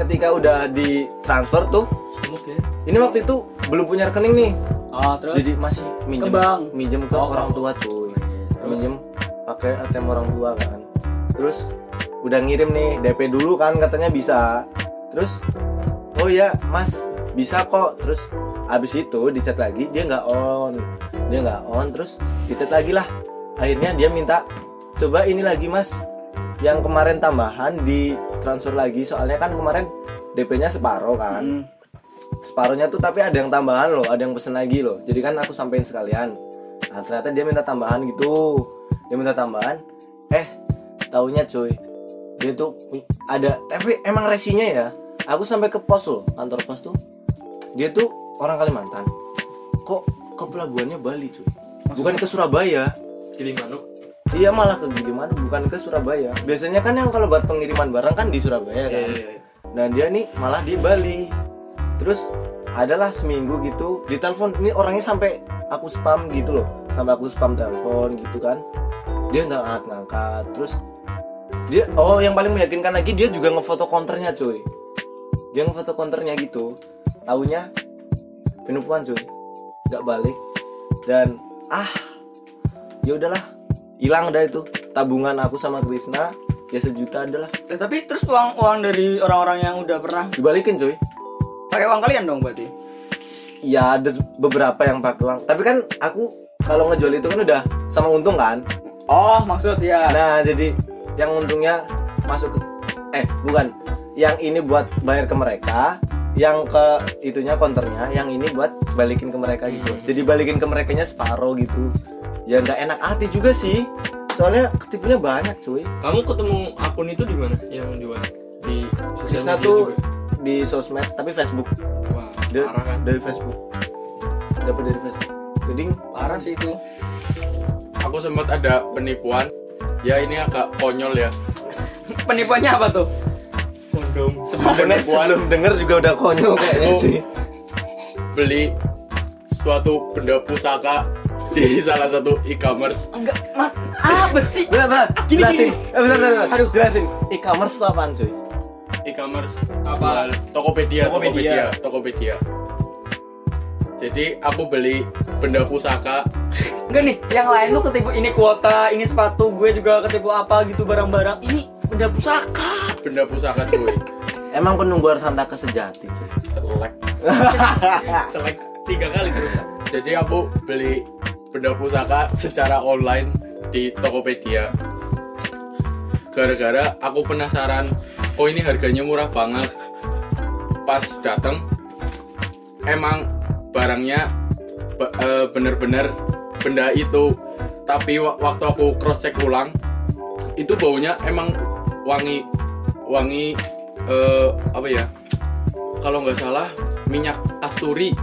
S2: ketika udah ditransfer tuh
S3: Semuk ya
S2: ini waktu itu belum punya rekening nih
S1: Oh, terus
S2: jadi masih minjem
S1: Ke bank.
S2: minjem ke
S1: Oh,
S2: orang
S1: ke-
S2: tua cuy minjem pakai ATM orang tua kan terus udah ngirim nih DP dulu kan katanya bisa terus oh ya mas bisa kok terus abis itu dicat lagi dia nggak on dia nggak on terus dicat lagi lah akhirnya dia minta coba ini lagi mas yang kemarin tambahan di transfer lagi soalnya kan kemarin DP-nya separuh kan
S1: Hmm.
S2: separuhnya tuh tapi ada yang tambahan loh ada yang pesen lagi loh jadi kan aku sampein sekalian nah, ternyata dia minta tambahan gitu dia minta tambahan eh taunya cuy dia tuh pu- ada tapi emang resinya ya aku sampai ke pos loh kantor pos tuh dia tuh orang Kalimantan kok ke pelabuhannya Bali cuy bukan ke Surabaya
S3: Kilimanu
S2: Iya malah ke Gilimanuk bukan ke Surabaya. Biasanya kan yang kalau buat pengiriman barang kan di Surabaya kan.
S3: Iya, iya, iya.
S2: Nah dia nih malah di Bali. Terus adalah seminggu gitu ditelepon ini orangnya sampai aku spam gitu loh sampai aku spam telepon gitu kan dia nggak ngangkat ngangkat terus dia oh yang paling meyakinkan lagi dia juga ngefoto counternya cuy dia ngefoto counternya gitu taunya penipuan cuy nggak balik dan ah ya udahlah hilang dah itu tabungan aku sama Krisna ya sejuta adalah
S1: Nah, tapi terus uang uang dari orang-orang yang udah pernah
S2: dibalikin cuy
S1: pakai uang kalian dong berarti.
S2: ya ada se- beberapa yang pakai uang tapi kan aku kalau ngejual itu kan udah sama untung kan
S1: Oh, maksud ya.
S2: nah jadi yang untungnya masuk ke eh bukan yang ini buat bayar ke mereka yang ke itunya konternya yang ini buat balikin ke mereka gitu jadi balikin ke mereka separuh gitu ya nggak enak hati juga sih soalnya ketipunya banyak cuy
S3: Kamu ketemu akun itu di mana yang jual? Di sosial
S2: Krisna
S3: media
S2: tuh
S3: juga.
S2: di sosmed tapi Facebook
S3: Wah,
S2: Dia
S3: parah kan?
S2: dari Facebook dapat dari Facebook jadi
S1: Parah sih itu.
S4: aku sempat ada penipuan ya ini agak konyol ya
S1: Penipuannya apa tuh?
S3: Kondom.
S2: Bener,
S1: kan?
S4: penipuan
S2: sebelum denger juga udah konyol kayaknya
S1: Oh.
S4: Aku-
S2: sih
S4: beli suatu benda pusaka di salah satu e-commerce
S1: Enggak, Mas. Apa sih?
S2: Bentar, bentar,
S1: Gini,
S2: jelasin
S1: gini.
S2: Eh, bentar, bentar, bentar. jelasin E-commerce itu apaan cuy?
S4: e-commerce
S3: Apa?
S4: jual Tokopedia,
S3: Tokopedia.
S4: Tokopedia, Tokopedia. Jadi aku beli benda pusaka
S1: Enggak nih, yang lain tuh ketipu ini kuota, ini sepatu, gue juga ketipu apa gitu barang-barang. Ini benda pusaka.
S4: benda pusaka cuy
S2: Emang penunggu harus Santa kesejati cuy
S4: celek
S3: Celek tiga kali terus.
S4: jadi aku beli benda pusaka secara online di Tokopedia gara-gara aku penasaran oh ini harganya murah banget pas datang emang barangnya be- eh, bener-bener benda itu tapi wa- waktu aku cross check ulang itu baunya emang wangi wangi eh, apa ya kalau nggak salah minyak asturi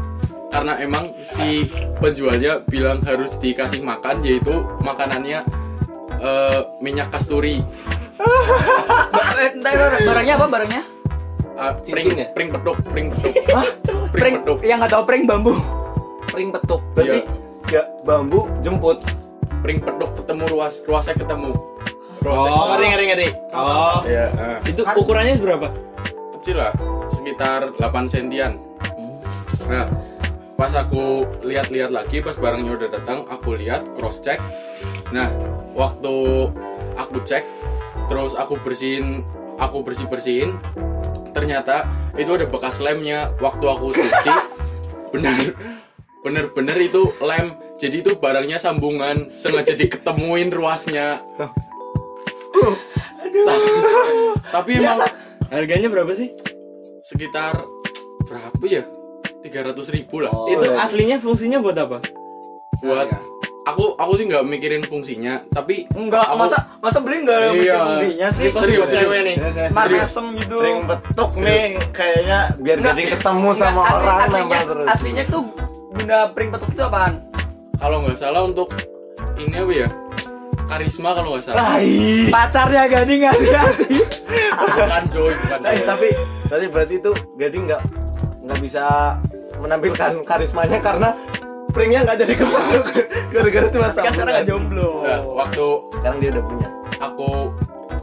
S4: karena emang si penjualnya bilang harus dikasih makan yaitu makanannya eh, minyak kasturi
S1: Ba- eh, Entar entar, barangnya apa barangnya?
S4: Eh, pring,
S2: Cincin ya?
S4: pring peduk pring peduk
S2: Hah?
S4: pring peduk
S1: yang enggak tahu prank bambu.
S2: Pring petuk
S1: Iya.
S2: Berarti ja- bambu jemput
S4: pring peduk ketemu ruas ruasnya ketemu ruasnya
S3: Oh, ngeri ngeri ngeri. Oh.
S4: ya eh,
S3: Itu
S2: Kan-
S3: ukurannya berapa?
S4: kecil lah sekitar 8 sentian nah pas aku lihat-lihat lagi pas barangnya udah datang aku lihat cross check nah waktu aku cek terus aku bersihin aku bersih bersihin ternyata itu ada bekas lemnya waktu aku cuci bener bener bener itu lem jadi itu barangnya sambungan sengaja diketemuin ruasnya tapi emang
S3: Harganya berapa sih?
S4: sekitar berapa ya? 300 ribu lah
S2: Oh,
S3: itu
S2: iya.
S3: aslinya fungsinya buat apa?
S4: buat aku aku sih nggak mikirin fungsinya tapi
S1: Enggak,
S4: aku-
S1: masa masa beli enggak ada
S3: Iya.
S1: mikir fungsinya sih?
S3: Ini pasti
S4: Serius,
S3: cewek
S4: serius.
S3: nih.
S1: Smart
S4: Serius.
S1: asem gitu.
S2: Pring petuk
S4: Serius.
S2: nih Kayaknya Oh, biar
S1: Nggak,
S2: gading ketemu
S1: Enggak,
S2: sama
S1: asli-
S2: orang
S1: aslinya,
S2: nempel terus
S1: aslinya tuh benda pring petuk itu apaan?
S4: kalau nggak salah untuk ini apa ya karisma kalau nggak salah
S2: Ah, ih.
S1: Pacarnya gading hati-hati.
S4: bukan joy bukan
S2: Eh,
S4: Joy.
S2: tapi berarti berarti itu gading nggak nggak bisa menampilkan karismanya karena pringnya nggak jadi kebentuk gara-gara cuma
S1: Kan
S2: sambungan.
S1: sekarang nggak jomblo.
S4: Nah, waktu
S2: Sekarang dia udah punya.
S4: aku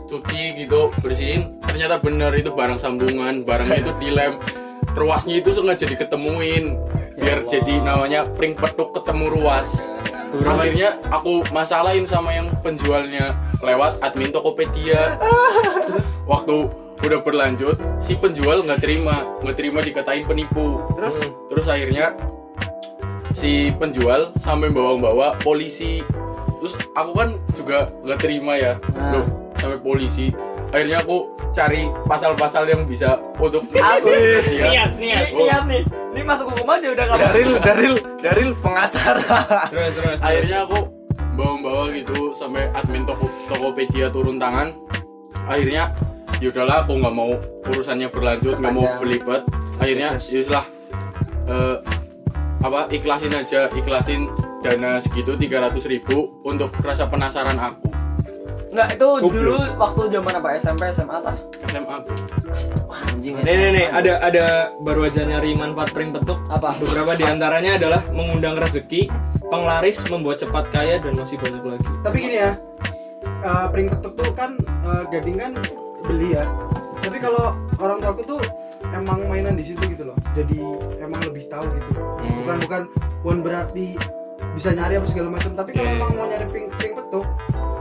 S4: cuci gitu bersihin ternyata bener itu barang sambungan barangnya itu dilem ruasnya itu sengaja diketemuin biar jadi namanya pring petuk ketemu ruas akhirnya aku masalahin sama yang penjualnya lewat admin Tokopedia Terus waktu udah berlanjut si penjual nggak terima nggak terima dikatain penipu terus terus akhirnya si penjual sampai bawa-bawa polisi terus aku kan juga nggak terima ya
S1: Nah.
S4: loh sampai polisi akhirnya aku cari pasal-pasal yang bisa untuk
S1: Asli.
S4: Iya.
S1: Ini lihat nih. Ini masuk hukum aja udah kamu.
S2: Daril, Daril, Daril pengacara.
S3: Terus terus.
S4: akhirnya aku bawa-bawa gitu sampai admin Toko- Tokopedia turun tangan akhirnya yaudahlah aku nggak mau urusannya berlanjut nggak mau
S1: Panjang.
S4: belibet akhirnya yaudahlah eh, apa ikhlasin aja ikhlasin dana segitu 300.000 ribu untuk rasa penasaran aku
S1: Enggak, itu dulu waktu zaman apa? SMP, SMA tah.
S4: SMA bro
S2: Anjing.
S3: Nih nih nih ada ada baru aja nyari manfaat pring petuk.
S1: Apa?
S3: Beberapa diantaranya adalah mengundang rezeki, penglaris, membuat cepat kaya dan masih banyak lagi.
S5: Tapi gini ya, eh, pring petuk tuh kan eh, gading kan beli ya. Tapi kalau orang tua aku tuh emang mainan di situ gitu loh jadi emang lebih tahu gitu bukan bukan bukan berarti bisa nyari apa segala macam tapi kalau
S3: Iya.
S5: emang mau nyari pink pink petuk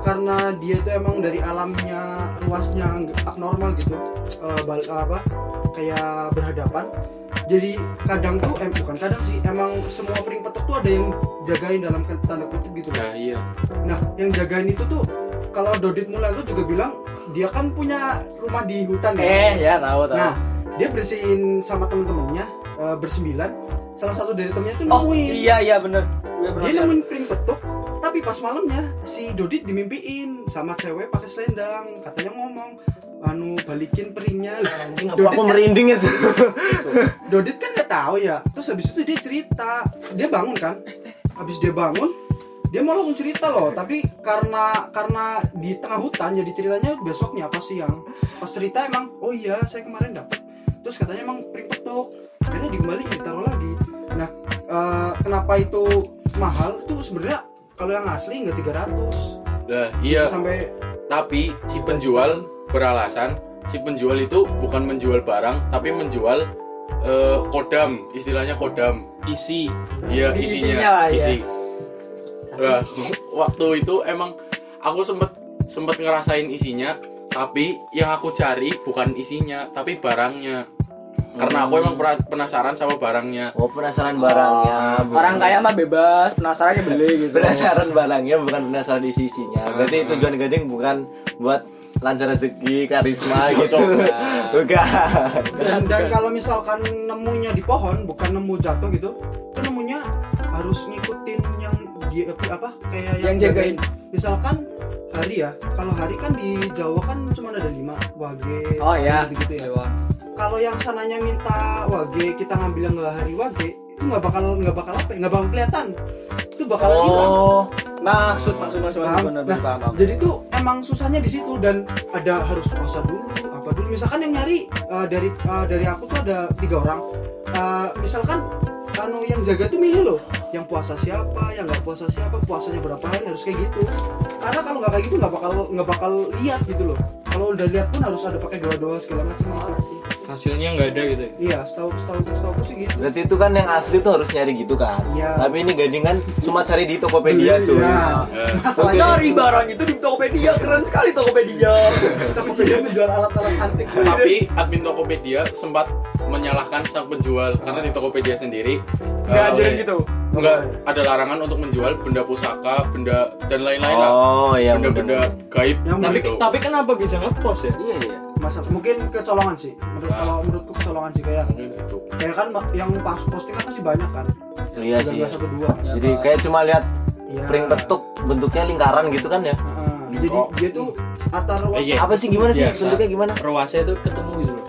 S5: karena dia tuh emang dari alamnya luasnya nggak- abnormal gitu eh, bal- apa kayak berhadapan jadi kadang tuh em bukan kadang sih emang semua pink petuk tuh ada yang jagain dalam tanda kutip gitu loh
S4: Nah, iya.
S5: Nah, yang jagain itu tuh kalau Dodit Mulan tuh juga bilang dia kan punya rumah di hutan ya.
S1: eh ya tahu tahu
S5: Nah, dia bersihin sama temen-temennya eh, bersembilan. Salah satu dari temennya tuh
S1: oh
S5: nemuin.
S1: iya iya bener Gue pernah
S5: Dia
S1: lihat.
S5: nemuin piring petuk, tapi pas malamnya si Dodit dimimpiin sama cewek pakai selendang, katanya ngomong anu balikin piringnya. Lah,
S2: Anjing apa
S5: Dodit
S2: aku
S5: kan,
S2: merinding itu.
S5: Dodit kan nggak tahu ya. Terus habis itu dia cerita, dia bangun kan. Habis dia bangun, dia mau langsung cerita loh, tapi karena karena di tengah hutan jadi ceritanya besoknya pas siang. Pas cerita emang, oh iya saya kemarin dapet. Terus katanya emang piring petuk, akhirnya dikembaliin ditaruh lagi. Nah, eh, kenapa itu mahal? Itu sebenarnya kalau yang asli nggak 300
S4: Nah, iya.
S5: Bisa sampai
S4: Tapi si penjual beralasan si penjual itu bukan menjual barang tapi menjual eh, kodam, istilahnya kodam.
S3: isi
S4: Iya,
S1: Di
S4: isinya.
S1: isinya lah, iya.
S4: isi. Nah, waktu itu emang aku sempet sempet ngerasain isinya, tapi yang aku cari bukan isinya, tapi barangnya. Karena aku emang pera- penasaran sama barangnya.
S2: Oh penasaran barangnya. bukan-
S1: orang kaya mah bebas penasaran ya beli gitu
S2: Penasaran barangnya bukan penasaran di sisinya. Berarti tujuan gading bukan buat lancar rezeki, karisma gitu. Bukan.
S5: dan, dan kalau misalkan nemunya di pohon bukan nemu jatuh gitu itu nemunya harus ngikutin yang di apa kayak
S1: Yang jagain.
S5: misalkan hari ya kalau hari kan di Jawa kan cuma ada lima wage
S1: oh ya
S5: gitu, ya kalau yang sananya minta wage kita ngambil yang nggak hari wage itu nggak bakal nggak bakal apa ya, nggak bakal kelihatan itu bakal hilang
S2: Oh,
S1: gitu, maksud maksud maksud maksud
S5: Paham?
S1: bener
S5: Nah,
S1: bener paham paham.
S5: jadi tuh emang susahnya di situ dan ada harus puasa dulu apa dulu misalkan yang nyari eh, dari eh, dari aku tuh ada tiga orang Eh, misalkan anu yang jaga tuh milih loh yang puasa siapa yang nggak puasa siapa puasanya berapa hari harus kayak gitu karena kalau nggak kayak gitu nggak bakal nggak bakal lihat gitu loh kalau udah lihat pun harus ada pakai doa-doa segala macam gitu.
S3: hasilnya nggak ada gitu ya
S5: iya setahu setahu setahu aku sih gitu
S2: berarti itu kan yang asli tuh harus nyari gitu kan.
S5: Iya.
S2: Tapi ini gading kan cuma cari di Tokopedia cuy.
S1: Iya.
S5: Nah,
S4: Eh,
S5: masalahnya
S1: Cari barang itu di Tokopedia keren sekali Tokopedia.
S5: kita kemudian menjual alat-alat antik
S4: tapi admin Tokopedia sempat menyalahkan sang penjual karena di Tokopedia sendiri
S1: Nggak
S4: eh,
S1: ajarin gitu?
S4: nggak ada larangan untuk menjual benda pusaka benda dan lain-lain lah
S2: Oh, iya,
S4: benda-benda gaib
S5: Yang
S4: tapi
S3: tapi
S4: gitu.
S3: tapi kenapa bisa ngepost ya
S2: Iya iya.
S5: masa mungkin kecolongan sih menurut kalau menurutku kecolongan sih kayak
S4: Gitu.
S5: kayak kan ma- yang pas posting kan pasti banyak kan
S2: Iya
S5: Udah
S2: sih.
S5: biasa berdua
S2: Jadi kayak cuma lihat
S5: Iya.
S2: pring petuk bentuknya lingkaran gitu kan ya.
S5: Heeh. jadi dia tuh antar ruas
S3: Oh. Iya.
S2: Apa sih gimana sih
S3: Biasa.
S2: bentuknya gimana?
S3: ruasnya tuh ketemu gitu loh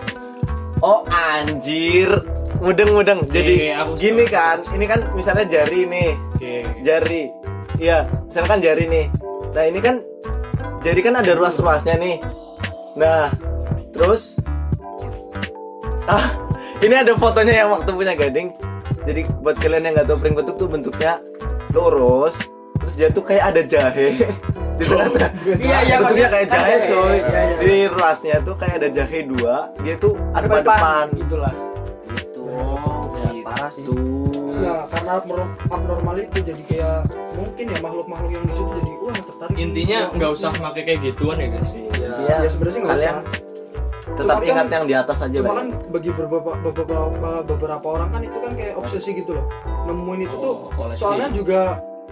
S2: Oh anjir. Mudeng-mudeng. Jadi
S3: Iya, aku suka,
S2: gini
S3: aku
S2: kan, ini kan misalnya jari nih.
S3: oke
S2: Jari. Iya, misalnya kan jari nih. Nah, ini kan jari kan ada ruas-ruasnya nih. Nah, terus Ah, ini ada fotonya yang waktu punya gading. Jadi buat kalian yang nggak tahu pring petuk tuh bentuknya lurus, terus dia tuh kayak ada jahe. Di tengah-
S1: Iya, iya,
S2: bentuknya
S1: maksudnya
S2: kayak
S1: kan
S2: jahe
S1: jahe.
S2: coy.
S5: Iya, iya.
S2: Di ruasnya tuh kayak ada jahe dua, dia tuh ada
S1: Depan depan
S2: depan.
S1: gitulah.
S2: Gitu. Oh,
S1: Ya, parah sih.
S3: Hmm.
S5: ya karena abnor- abnormal itu jadi kayak mungkin ya makhluk-makhluk yang di situ jadi wah tertarik
S3: intinya
S5: Wah,
S3: nggak
S5: mungkin.
S3: usah pakai kayak gituan ya guys
S2: Iya.
S5: ya sebenarnya sih nggak
S2: Kalian
S5: usah
S2: tetap
S5: Cuma kan-
S2: ingat yang di atas aja,
S5: cuma
S2: Bang.
S5: kan
S3: ya.
S5: bagi beberapa beberapa beberapa orang kan itu kan kayak obsesi gitu loh nemuin itu tuh
S3: Oh, koleksi.
S5: soalnya juga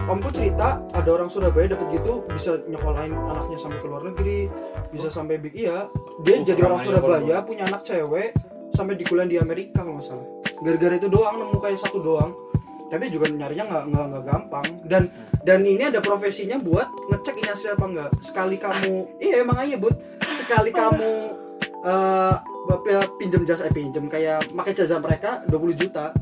S5: omku cerita ada orang Surabaya dapat gitu bisa nyekolahin anaknya sampai ke luar negeri bisa sampai big iya dia
S3: Oh,
S5: jadi orang
S3: namanya
S5: Surabaya punya anak cewek sampai dikuliahin di Amerika kalau nggak salah gara-gara itu doang nemu kayak satu doang tapi juga nyarinya nggak nggak nggak gampang dan dan ini ada profesinya buat ngecek ini asli apa enggak sekali kamu iya emang aja bud sekali kamu eh bapak pinjam jasa eh, pinjam kayak pakai jasa mereka 20 juta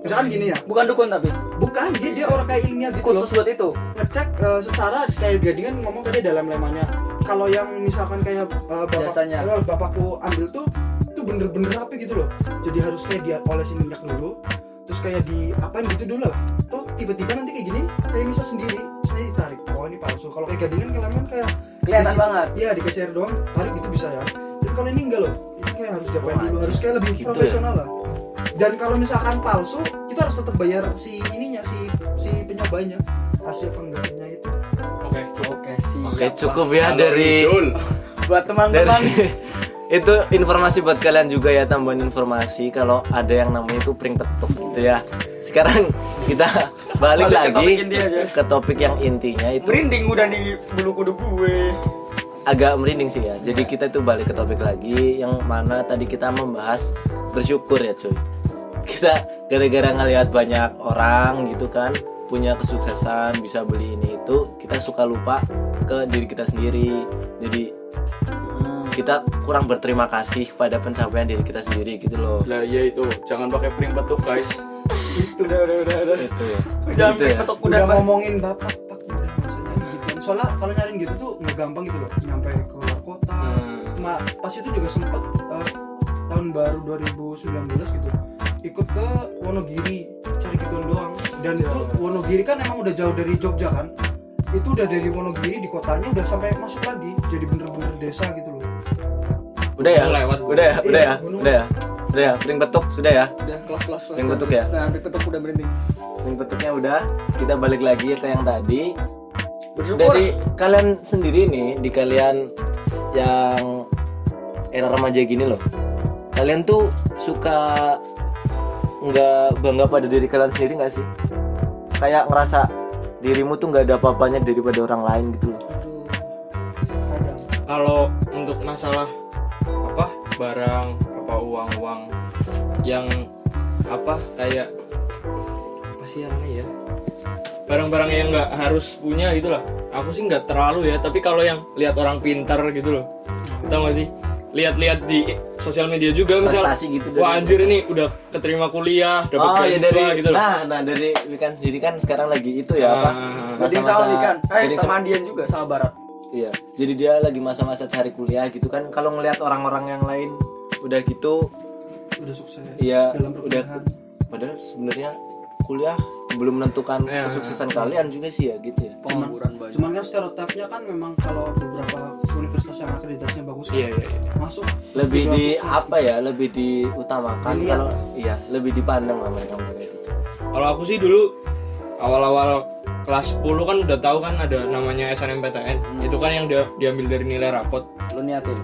S5: misalkan gini ya
S1: Bukan dukun tapi
S5: bukan dia dia orang kayak ilmiah gitu loh
S1: khusus buat itu.
S5: ngecek eh, secara kayak gadingan ngomong tadi dalam lemanya kalau yang misalkan kayak eh, bapak
S1: Jasanya.
S5: eh, bapakku ambil tuh itu bener-bener apa gitu loh jadi harus kayak dia olesin minyak dulu terus kayak di apain gitu dulu lah tuh tiba-tiba nanti kayak gini kayak bisa sendiri saya ditarik oh ini palsu kalau kayak gadingan kalian kayak
S1: Kelihatan
S5: disi-
S1: banget.
S5: iya dikasih air doang tarik gitu bisa ya tapi tapi kalau ini enggak loh ini kayak harus diapain
S2: Wah,
S5: dulu harus kayak lebih
S2: gitu ya.
S5: profesional lah dan kalau misalkan palsu kita harus tetap bayar si ininya si si penyobanya hasil penggangnya itu
S3: Oke, cukup.
S1: Oke sih.
S2: Oke cukup ya dari
S4: Idul.
S1: Buat teman-teman.
S2: dari itu informasi buat kalian juga ya tambahan informasi kalau ada yang namanya itu pring petuk gitu ya sekarang kita
S1: Balik
S2: balik
S1: ke
S2: lagi
S1: topik inti aja.
S2: ke topik yang intinya itu
S1: Merinding udah di bulu kudu gue.
S2: agak merinding sih ya jadi kita itu balik ke topik lagi yang mana tadi kita membahas bersyukur ya cuy kita gara-gara ngelihat banyak orang gitu kan punya kesuksesan bisa beli ini itu kita suka lupa ke diri kita sendiri jadi hmm, kita kurang berterima kasih pada pencapaian diri kita sendiri gitu loh
S4: Lah iya itu, jangan pakai pring petuk guys.
S1: Itu udah udah udah udah.
S2: itu ya
S1: Jangan
S2: gitu ya
S1: ketok
S5: udah,
S1: udah ngomong.
S5: ngomongin bapak pak udah nggak usah nyari gitu soalnya kalau nyariin gitu tuh nggak gampang gitu loh nyampe ke luar kota
S2: Hmm.
S5: Ma, pas itu juga sempet eh, tahun baru 2019 gitu ikut ke Wonogiri cari gituan doang dan itu Wonogiri kan emang udah jauh dari Jogja kan itu udah dari Wonogiri di kotanya udah sampai masuk lagi jadi bener-bener desa gitu loh
S2: udah ya
S3: Gunung lewat, gunung.
S2: udah ya udah ya
S5: Iya, gunung.
S2: udah ya udah ya pring petuk sudah ya
S1: Udah kelas kelas kelas.
S2: Yang ketuk ya?
S1: Nah, sampai ketuk udah merinding.
S2: pring petuknya udah kita balik lagi ke yang tadi
S1: Bersyukur.
S2: dari kalian sendiri nih di kalian yang era remaja gini loh kalian tuh suka nggak bangga pada diri kalian sendiri nggak sih kayak ngerasa dirimu tuh nggak ada apa-apanya daripada orang lain gitu loh
S5: kadang
S3: Kalau untuk masalah apa barang apa uang-uang yang apa kayak apa sih namanya ya? Barang-barang yang nggak harus punya gitu lah. Aku sih nggak terlalu ya, tapi kalau yang lihat orang pintar gitu loh. Tahu gak sih? Lihat-lihat di sosial media juga misal.
S2: Prestasi gitu dari-
S3: Wah anjir ini udah keterima kuliah, dapat
S2: oh ya
S3: beasiswa
S2: dari
S3: gitu loh.
S2: nah nah dari Wikan sendiri kan sekarang lagi itu ya apa
S3: Ah.
S1: Gading sawah ikan. Eh,
S2: gading
S1: sama
S2: sawah.
S1: Andian juga sama Barat.
S2: Iya, jadi dia lagi masa-masa cari kuliah gitu kan. Kalau ngelihat orang-orang yang lain udah gitu,
S5: udah sukses
S2: Iya,
S5: dalam
S2: udah.
S5: perkuliahan
S2: Padahal sebenarnya kuliah belum menentukan
S3: Iya.
S2: kesuksesan kalian juga sih ya gitu ya.
S1: Pengangguran banyak.
S5: cuman kan stereotipnya kan memang kalau beberapa universitas yang akreditasnya bagus kan
S3: Iya iya iya.
S5: masuk
S2: Lebih
S5: Jadi
S2: di
S5: orang sukses.
S2: apa ya? Lebih diutamakan
S5: Dilihat.
S2: kalau iya, lebih dipandang lah mereka mereka gitu.
S3: Kalau aku sih dulu awal-awal kelas 10 kan udah tahu kan ada namanya SNMPTN.
S2: Hmm.
S3: Itu kan yang dia, diambil dari nilai rapot.
S1: Lu niatin.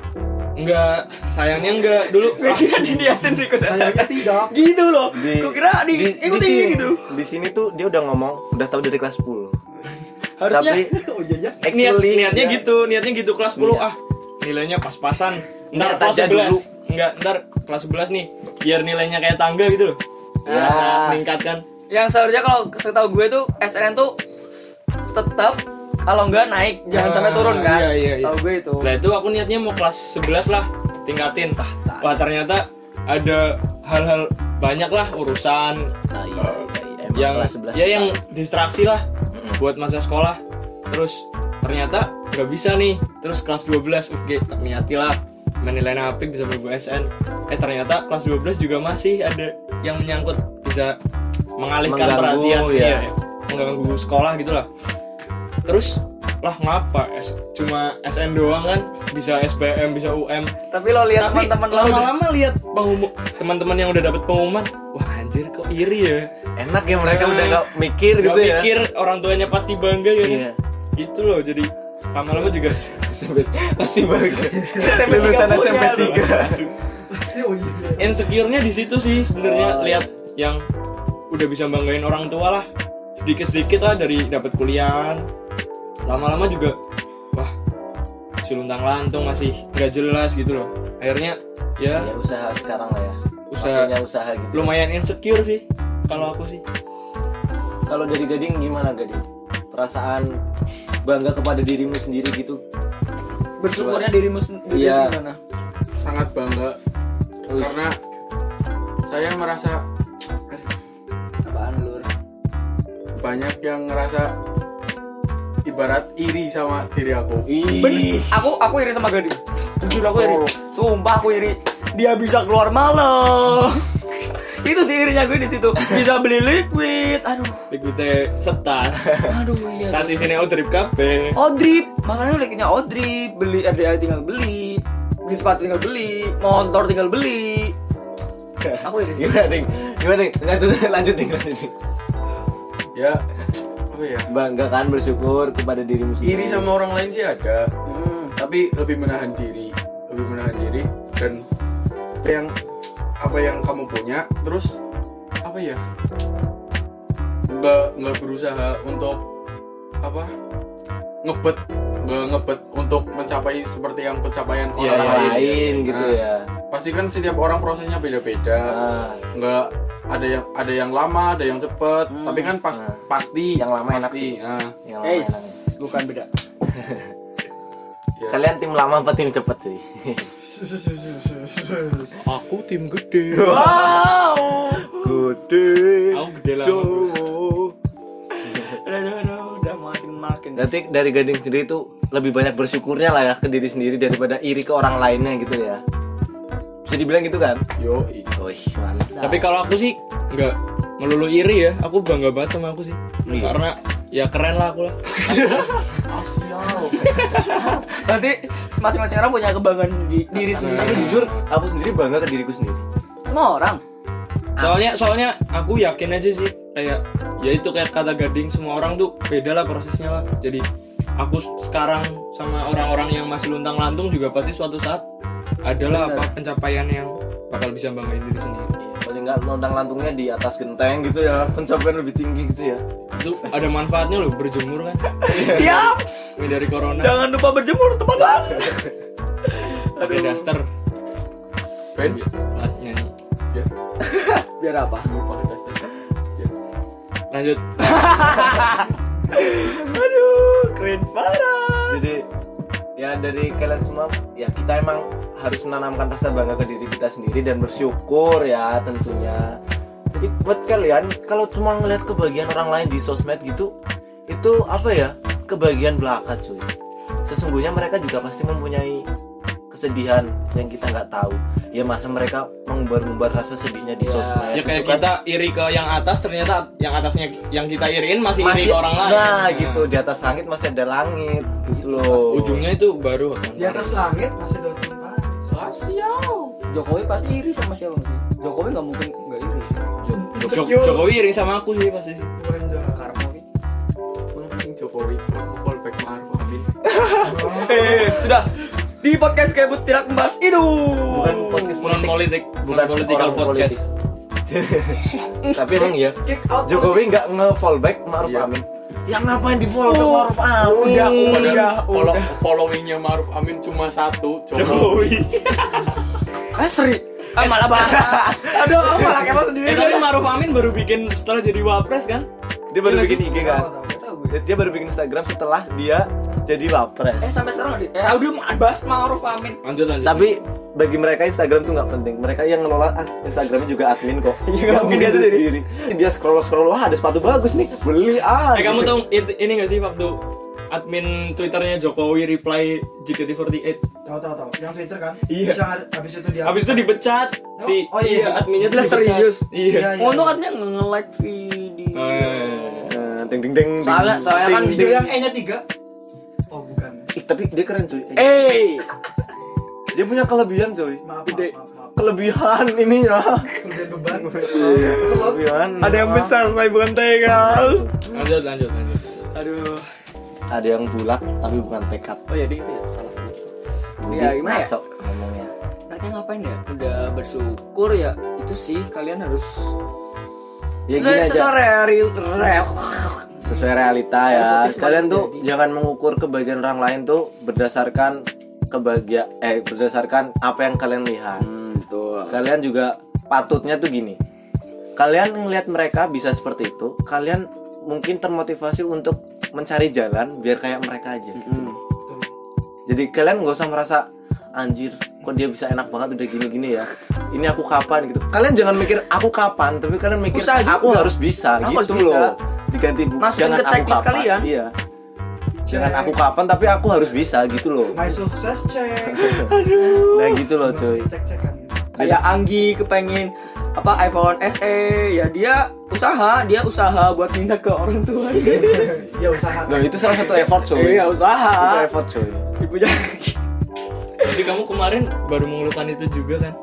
S3: Enggak, sayangnya enggak dulu. ah,
S1: Iya, diniatin ikut aja.
S5: sayangnya tidak
S1: Gitu loh.
S2: Di-
S1: Gue kira di, ikutin
S2: sini,
S1: gitu.
S2: di sini tuh dia udah ngomong, udah tahu dari kelas 10.
S1: Harusnya-
S2: Tapi
S5: oh iya ya
S3: Niat,
S2: actually iya.
S3: niatnya
S2: dia-
S3: gitu, niatnya gitu kelas 10 ah. Nilainya pas-pasan. Ntar
S2: Niat
S3: kelas
S2: aja
S3: 11.
S2: dulu.
S3: Enggak, ntar kelas 11 nih. Biar nilainya kayak tangga gitu loh.
S2: Ya.
S3: Nah, meningkat kan.
S1: Yang seharusnya kalau setahu gue tuh SNM tuh s- tetap kalau enggak naik jangan
S3: Ah,
S1: sampai turun kan.
S3: iya, iya,
S1: setahu
S3: iya.
S1: gue itu.
S3: Nah itu aku niatnya mau kelas 11 lah tingkatin.
S2: Ah,
S3: Wah ternyata ada hal-hal banyak lah urusan
S2: Nah, iya, iya, iya, emang
S3: yang
S2: kelas 11.
S3: ya yang distraksi lah buat masa sekolah. Terus ternyata nggak bisa nih. Terus kelas 12 oke tak niati lah menilai apik bisa berbu SN. Eh ternyata kelas 12 juga masih ada yang menyangkut bisa mengalihkan
S2: Mengganggu,
S3: perhatian
S2: ya.
S3: Iya, iya. mengganggu sekolah gitu lah. Terus lah ngapa S cuma SN doang kan bisa SPM bisa UM
S1: Tapi lo lihat
S3: tapi
S1: teman-teman lo udah-
S3: lama-lama lihat pengumuman teman-teman yang udah dapat pengumuman wah anjir kok iri ya
S2: enak ya mereka udah
S3: Eh,
S2: nggak mikir
S3: Gak
S2: gitu ya.
S3: mikir orang tuanya pasti bangga ya kan?
S2: Iya.
S3: gitu loh jadi lama-lama juga
S2: SMP pasti bangga lulusan
S1: punya
S2: SMP
S1: tuh.
S2: 3
S5: pasti oh iya ya.
S3: Iya. insecure-nya di situ sih sebenarnya
S2: Oh,
S3: lihat yang udah bisa banggain orang tua lah sedikit-sedikit lah dari dapat kuliah lama-lama juga wah si luntang lantung masih nggak jelas gitu loh akhirnya ya
S2: ya usaha sekarang lah ya
S3: Usaha.
S2: Pakainya usaha gitu
S3: lumayan insecure sih kalau aku sih
S2: kalau dari gading gimana gading perasaan bangga kepada dirimu sendiri gitu
S1: bersyukurnya dirimu sendiri
S2: Iya.
S1: gimana?
S4: Sangat bangga karena saya merasa
S1: Apaan lur?
S4: banyak yang ngerasa ibarat iri sama diri aku.
S1: Ben- aku aku iri sama Gading. Jujur aku iri.
S3: Oh.
S1: Sumpah aku iri. Dia bisa keluar malam. itu sih irinya gue di situ. Bisa beli liquid. Aduh.
S3: Liquidnya setas
S1: Aduh iya.
S3: tas isinya outrip
S1: eh,
S3: kabeh
S1: Odrip, makanya liquidnya Odrip, beli RDI tinggal beli. beli sepatu tinggal beli motor tinggal beli aku iris
S3: Iya.
S2: Gimana ding? Gimana ding? Lanjut lanjut ding lanjut ding.
S4: ya apa ya
S2: Banggakan kan, bersyukur kepada dirimu sendiri.
S4: iri sama orang lain sih ada
S2: Hmm.
S4: tapi lebih menahan diri lebih menahan diri dan apa yang apa yang kamu punya terus apa ya nggak nggak berusaha untuk apa ngebet nggak ngebet untuk mencapai seperti yang pencapaian
S3: Iya,
S4: orang
S2: orang
S4: lain,
S2: lain gitu
S4: Nah,
S2: ya.
S4: pasti kan setiap orang prosesnya beda-beda
S2: Ah,
S4: nggak ada yang ada yang lama ada yang cepet tapi kan pas
S2: Nah.
S4: pasti
S2: Yang lama enak
S4: pasti, ah,
S2: yang lama
S1: guys
S2: enak.
S1: bukan beda
S4: ya.
S2: Kalian tim lama apa tim cepet cuy?
S4: aku tim gede
S2: wow. Gede.
S3: Aku gede lah.
S2: jauh.
S1: aduh aduh, aduh udah makin makin
S2: Nanti dari gading sendiri itu lebih banyak bersyukurnya lah ya ke diri sendiri daripada iri ke orang lainnya gitu ya. Bisa dibilang gitu kan?
S4: yo
S2: Wih, mantap.
S3: Tapi kalau aku sih nggak melulu iri ya. Aku bangga banget sama aku sih.
S2: Iya.
S3: Karena ya keren lah aku lah.
S1: berarti masing-masing orang punya kebanggaan di- diri
S3: Iya.
S2: Tapi
S1: sendiri
S2: jujur, aku sendiri bangga ke diriku sendiri.
S1: semua orang
S3: Soalnya soalnya aku yakin aja sih kayak ya itu kayak kata gading semua orang tuh beda lah prosesnya lah. Jadi aku sekarang sama orang-orang yang masih luntang lantung juga pasti suatu saat adalah apa pencapaian yang bakal bisa banggain diri sendiri.
S2: Iya, Paling nggak lontang lantungnya di atas genteng gitu ya, pencapaian lebih tinggi gitu ya.
S3: Itu ada manfaatnya loh berjemur kan
S1: siap
S3: dari corona
S1: jangan lupa berjemur
S3: Iya.
S1: teman-teman
S3: pakai daster
S4: Ben
S3: buat nyanyi.
S4: ya
S1: biar apa
S4: jemur pakai daster ya
S3: Lanjut.
S1: aduh keren parah
S2: Jadi ya dari kalian semua ya kita emang harus menanamkan rasa bangga ke diri kita sendiri dan bersyukur ya tentunya. Jadi buat kalian kalau cuma ngelihat kebahagiaan orang lain di sosmed gitu itu apa ya kebahagiaan belaka cuy. Sesungguhnya mereka juga pasti mempunyai kesedihan yang kita nggak tahu. Ya masa mereka mengumbar-umbar rasa sedihnya di sosmed.
S3: Ya
S2: gitu
S3: kayak
S2: kan.
S3: kita iri ke yang atas ternyata yang atasnya yang kita iriin masih, iri ke orang lain.
S2: Nah, gitu di atas langit masih ada langit gitu loh.
S3: Ujungnya itu baru akan.
S5: di atas langit masih ada tempat
S1: Jokowi pasti iri sama siapa sih Jokowi nggak mungkin nggak iri sih
S3: Jok- Jokowi iri sama aku sih pasti sih.
S1: Karmo gitu.
S4: penting Jokowi mau callback Maruf Amin
S1: eh sudah di podcast kebut tidak membahas itu
S2: bukan podcast
S3: Non
S2: politik.
S3: politik,
S2: Bukan
S3: bukan political
S2: orang
S3: podcast.
S2: Tapi emang iya.
S5: kick out
S2: Jokowi nggak nge-fallback Maruf
S4: Iya.
S2: Amin. Oh, Yang ngapain di fallback Maruf Amin?
S1: udah, Iya, udah.
S4: padahal follow, followingnya Maruf Amin cuma satu Jokowi
S1: asri ah malah bahas aduh aku malah kepo sendiri
S3: Eh tapi Maruf Amin baru bikin setelah jadi wapres kan?
S2: Dia baru
S3: Iya
S2: bikin IG kan.
S5: Tahu, tahu.
S1: Nggak tahu gue.
S2: Dia baru bikin Instagram setelah dia jadi wapres.
S1: eh sampai sekarang nggak di eh aduh bahas Ma'ruf Amin
S3: Lanjut lanjut.
S2: Tapi bagi mereka Instagram tuh nggak penting. Mereka yang ngelola Instagramnya juga admin kok.
S1: Iya,
S2: Nggak mungkin dia sendiri. Dia scroll scroll wah ada sepatu bagus nih, beli ah.
S3: eh kamu tahu it- ini gak sih waktu admin Twitternya Jokowi reply JKT48
S5: tahu tahu tahu yang twitter kan
S3: Iya.
S5: Terus yang ada- habis itu dia
S3: Habis itu dipecat si
S5: Ya. Oh, iya.
S3: adminnya tuh
S1: Jelas
S3: dipecat.
S1: serius.
S3: Iya.
S5: Iya, iya.
S1: untung Oh, katanya nggak nge-like video
S3: Eh.
S2: Eh, Ding ding ding.
S1: Soalnya-
S2: ding,
S1: soalnya kan
S2: ding,
S5: video
S2: ding.
S5: yang e nya tiga oh bukan
S2: Ih, tapi dia keren cuy. Eh,
S1: eh
S2: Dia punya kelebihan cuy.
S5: maaf
S1: Gede.
S5: maaf maaf, maaf.
S2: Kelebihan ininya.
S5: kemudian beban
S2: kelebihan.
S1: tapi bukan tegal
S3: Lanjut lanjut lanjut.
S1: aduh
S2: Ada yang bulat tapi bukan tekad.
S1: oh jadi itu ya salah satu
S2: Jadi
S1: Ya, gimana ya?
S2: ngaco ngomongnya.
S1: Enaknya ngapain ya? Udah bersyukur ya. Itu sih kalian harus sesuai,
S2: Ya gini aja.
S1: sesuai hari rel.
S2: Sesuai realita
S1: Tapi
S2: ya.
S1: semuanya
S2: Kalian tuh
S1: terjadi.
S2: jangan mengukur kebahagiaan orang lain tuh berdasarkan kebahagia eh berdasarkan apa yang kalian lihat.
S1: Hmm,
S2: Kalian juga patutnya tuh gini. Kalian ngelihat mereka bisa seperti itu, kalian mungkin termotivasi untuk mencari jalan biar kayak mereka aja. gitu.
S1: Hmm.
S2: Jadi kalian nggak usah merasa anjir kok dia bisa enak banget udah gini-gini ya. Ini aku kapan gitu. Kalian jangan mikir aku kapan, tapi kalian mikir
S1: Usaha juga.
S2: aku harus bisa
S1: Aku harus
S2: gitu
S1: bisa.
S2: loh. Diganti bu-
S1: Masukin
S2: jangan
S1: ke
S2: aku
S1: checklist
S2: kapan.
S1: kalian.
S2: Iya. Jangan aku kapan tapi aku harus bisa gitu loh.
S5: my success check
S2: Nah gitu loh cuy.
S5: cek cek kan
S1: Kayak Anggi kepengen apa iPhone SE ya dia usaha dia usaha buat minta ke orang tua
S5: ya usaha
S2: Nah itu salah satu effort cuy.
S1: iya
S2: Eh. Itu
S1: usaha
S2: effort cuy.
S1: ibu jangan
S3: Jadi kamu kemarin baru mengeluhkan itu juga kan?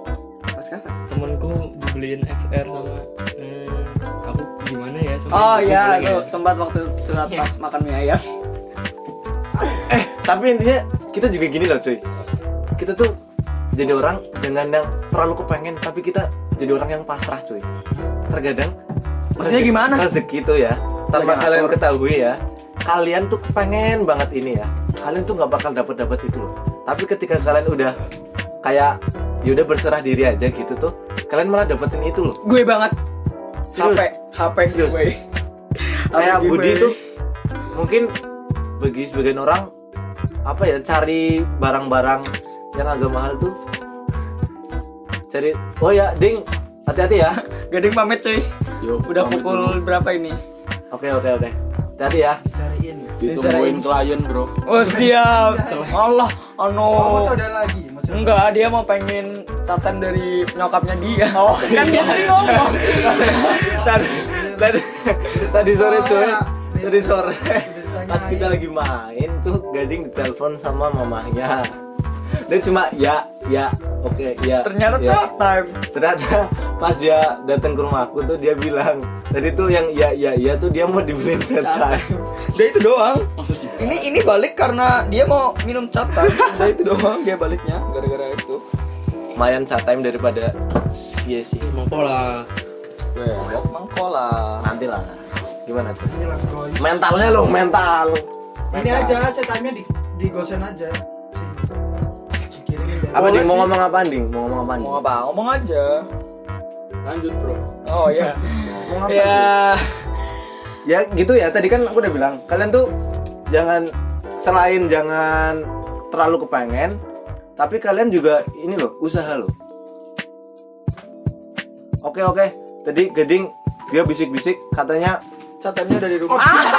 S1: Pas kapan?
S3: Temanku dibeliin XR sama eh, aku gimana ya sama
S1: Oh
S3: aku
S1: iya,
S3: pulang
S1: itu sempat waktu surat
S3: Iya.
S1: pas makan mie ayam.
S2: tapi intinya kita juga gini loh cuy kita tuh jadi orang jangan yang terlalu kepengen tapi kita jadi orang yang pasrah cuy terkadang
S1: Maksudnya
S2: rezeki-
S1: gimana?
S2: rezeki tuh ya tanpa
S1: Jangan
S2: kalian
S1: atur.
S2: ketahui ya kalian tuh kepengen banget ini ya kalian tuh nggak bakal dapat dapat itu loh tapi ketika kalian udah kayak yaudah berserah diri aja gitu tuh kalian malah dapetin itu loh
S1: Gue banget.
S2: Serius.
S1: HP, HP
S2: Serius.
S1: gue.
S2: kayak ya?
S1: Apa
S2: Budi
S1: giveaway?
S2: tuh mungkin bagi sebagian orang apa ya cari barang-barang yang agak mahal tuh cari oh ya ding hati-hati ya
S1: Gading pamit cuy.
S4: Yo,
S1: Udah
S4: pamit
S1: pukul
S4: dulu.
S1: berapa ini?
S2: oke oke oke hati-hati ya
S5: cariin
S4: ditungguin klien bro
S1: Oh siap. Allah, oh no.
S5: oh, mau coba lagi mau coba
S1: Enggak, dia mau pengen catatan dari nyokapnya dia. Oh, kan dia tadi ngomong.
S2: tadi tadi, tadi sore cuy tadi sore pas kita lagi Iya. main tuh gading ditelepon sama mamahnya dia cuma ya ya oke ya
S1: Ternyata
S2: ya.
S1: chat time.
S2: ternyata pas dia datang ke rumah aku tuh dia bilang tadi tuh yang iya iya iya tuh dia mau dibeliin setan
S1: Dia itu doang. Ini ini balik karena dia mau minum catatan. Dia itu doang dia baliknya gara-gara itu.
S2: lumayan chat time daripada "Iya sia sia
S3: Emang pola.
S1: Bewok mangkola.
S2: nanti lah gimana sih
S5: ini lah goy.
S2: mentalnya lo mental
S5: ini aja cetaknya di digosen aja Sini. Dikirimin deh.
S1: Boleh
S2: apa ding mau
S1: sih.
S2: ngomong apa ding mau ngomong apa ding
S1: Mau apa? Ngomong aja.
S4: lanjut bro
S1: Oh iya.
S2: Mau ngapa,
S1: Ya.
S2: Ji? ya gitu ya tadi kan aku udah bilang kalian tuh jangan selain jangan terlalu kepengen tapi kalian juga ini loh usaha loh oke oke tadi gading dia bisik-bisik katanya
S1: Catannya dari rumah. Ah!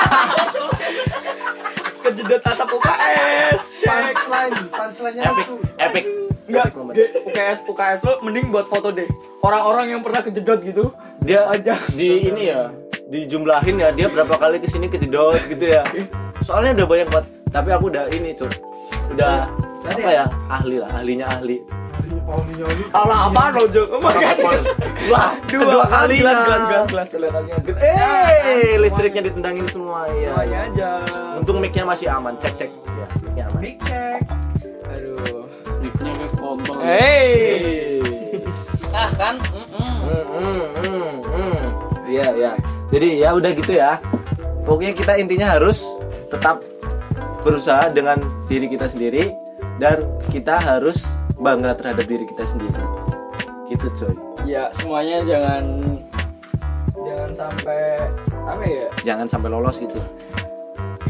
S1: Kejedot tatap eh. UKS.
S5: punchline punchline-nya
S2: epic
S5: langsung
S2: epic
S1: Enggak,
S2: Epic moment.
S1: G- UKS UKS lo mending buat foto deh. Orang-orang yang pernah kejedot gitu,
S2: dia
S1: aja.
S2: di ini ya dijumlahin ya dia berapa kali kesini kejedot gitu ya soalnya udah banyak banget tapi aku udah ini cuy udah
S5: Berarti
S2: apa ya
S5: ya?
S2: ahli lah ahlinya ahli
S5: Hari Pauli Yoli.
S1: Alah apaan lo Jok? Makanya
S2: wah
S1: dua kali kan?
S2: gelas
S1: gelas gelas gelas gelas gelas.
S2: eh listriknya ditendangin semua
S1: Nah, Semuanya
S2: ya
S1: aja.
S2: untung micnya masih aman cek cek ya micnya aman
S5: Mic check.
S1: Aduh.
S4: mic-nya kayak kontol
S1: Hey. Ah kan? Mm-mm.
S2: Hmm, hmm, hmm, hmm. Iya, iya. Jadi ya udah gitu ya. Pokoknya kita intinya harus tetap berusaha dengan diri kita sendiri dan kita harus bangga terhadap diri kita sendiri. Gitu coy.
S1: Ya semuanya jangan jangan sampai apa ya?
S2: Jangan sampai lolos gitu.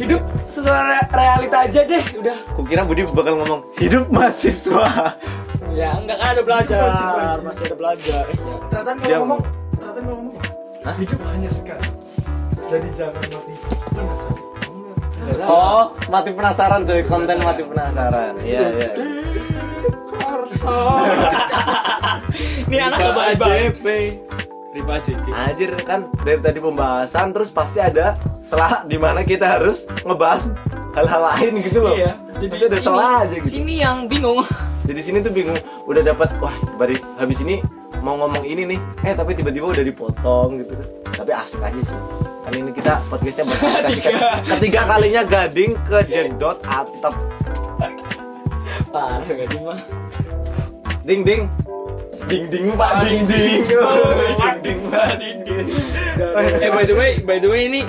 S1: Hidup sesuai re- realita aja deh, udah.
S2: Kukira Budi bakal ngomong hidup mahasiswa.
S1: Ya enggak kan ada belajar,
S5: Masih suara.
S1: masih ada belajar. Ya.
S5: Ternyata
S2: Dia
S5: kalau ngomong,
S2: ngomong.
S5: ternyata kalau ngomong.
S2: Hah?
S5: Hidup hanya sekali. Jadi jangan mati. penasaran.
S2: Oh, mati penasaran coy, konten mati penasaran. Iya, iya.
S1: Ini anak
S3: Riba
S1: lebay banget.
S3: AJP. Riba AJP.
S2: Anjir kan dari tadi pembahasan terus pasti ada selah di mana kita harus ngebahas hal-hal lain gitu loh.
S1: Iya,
S2: Jadi ada selah aja gitu.
S1: sini yang bingung.
S2: Jadi sini tuh bingung udah dapat wah dari habis ini mau ngomong ini nih eh tapi tiba-tiba udah dipotong gitu kan. Tapi asik aja sih. Kali ini kita podcastnya bersama ketiga. ketiga kalinya gading ke jedot atap.
S1: Iya. Parah gak sih, mah.
S2: Ding ding. Ding ding Pak ding ding. Ding ding Pak ding ding.
S3: Eh by the way, by the way ini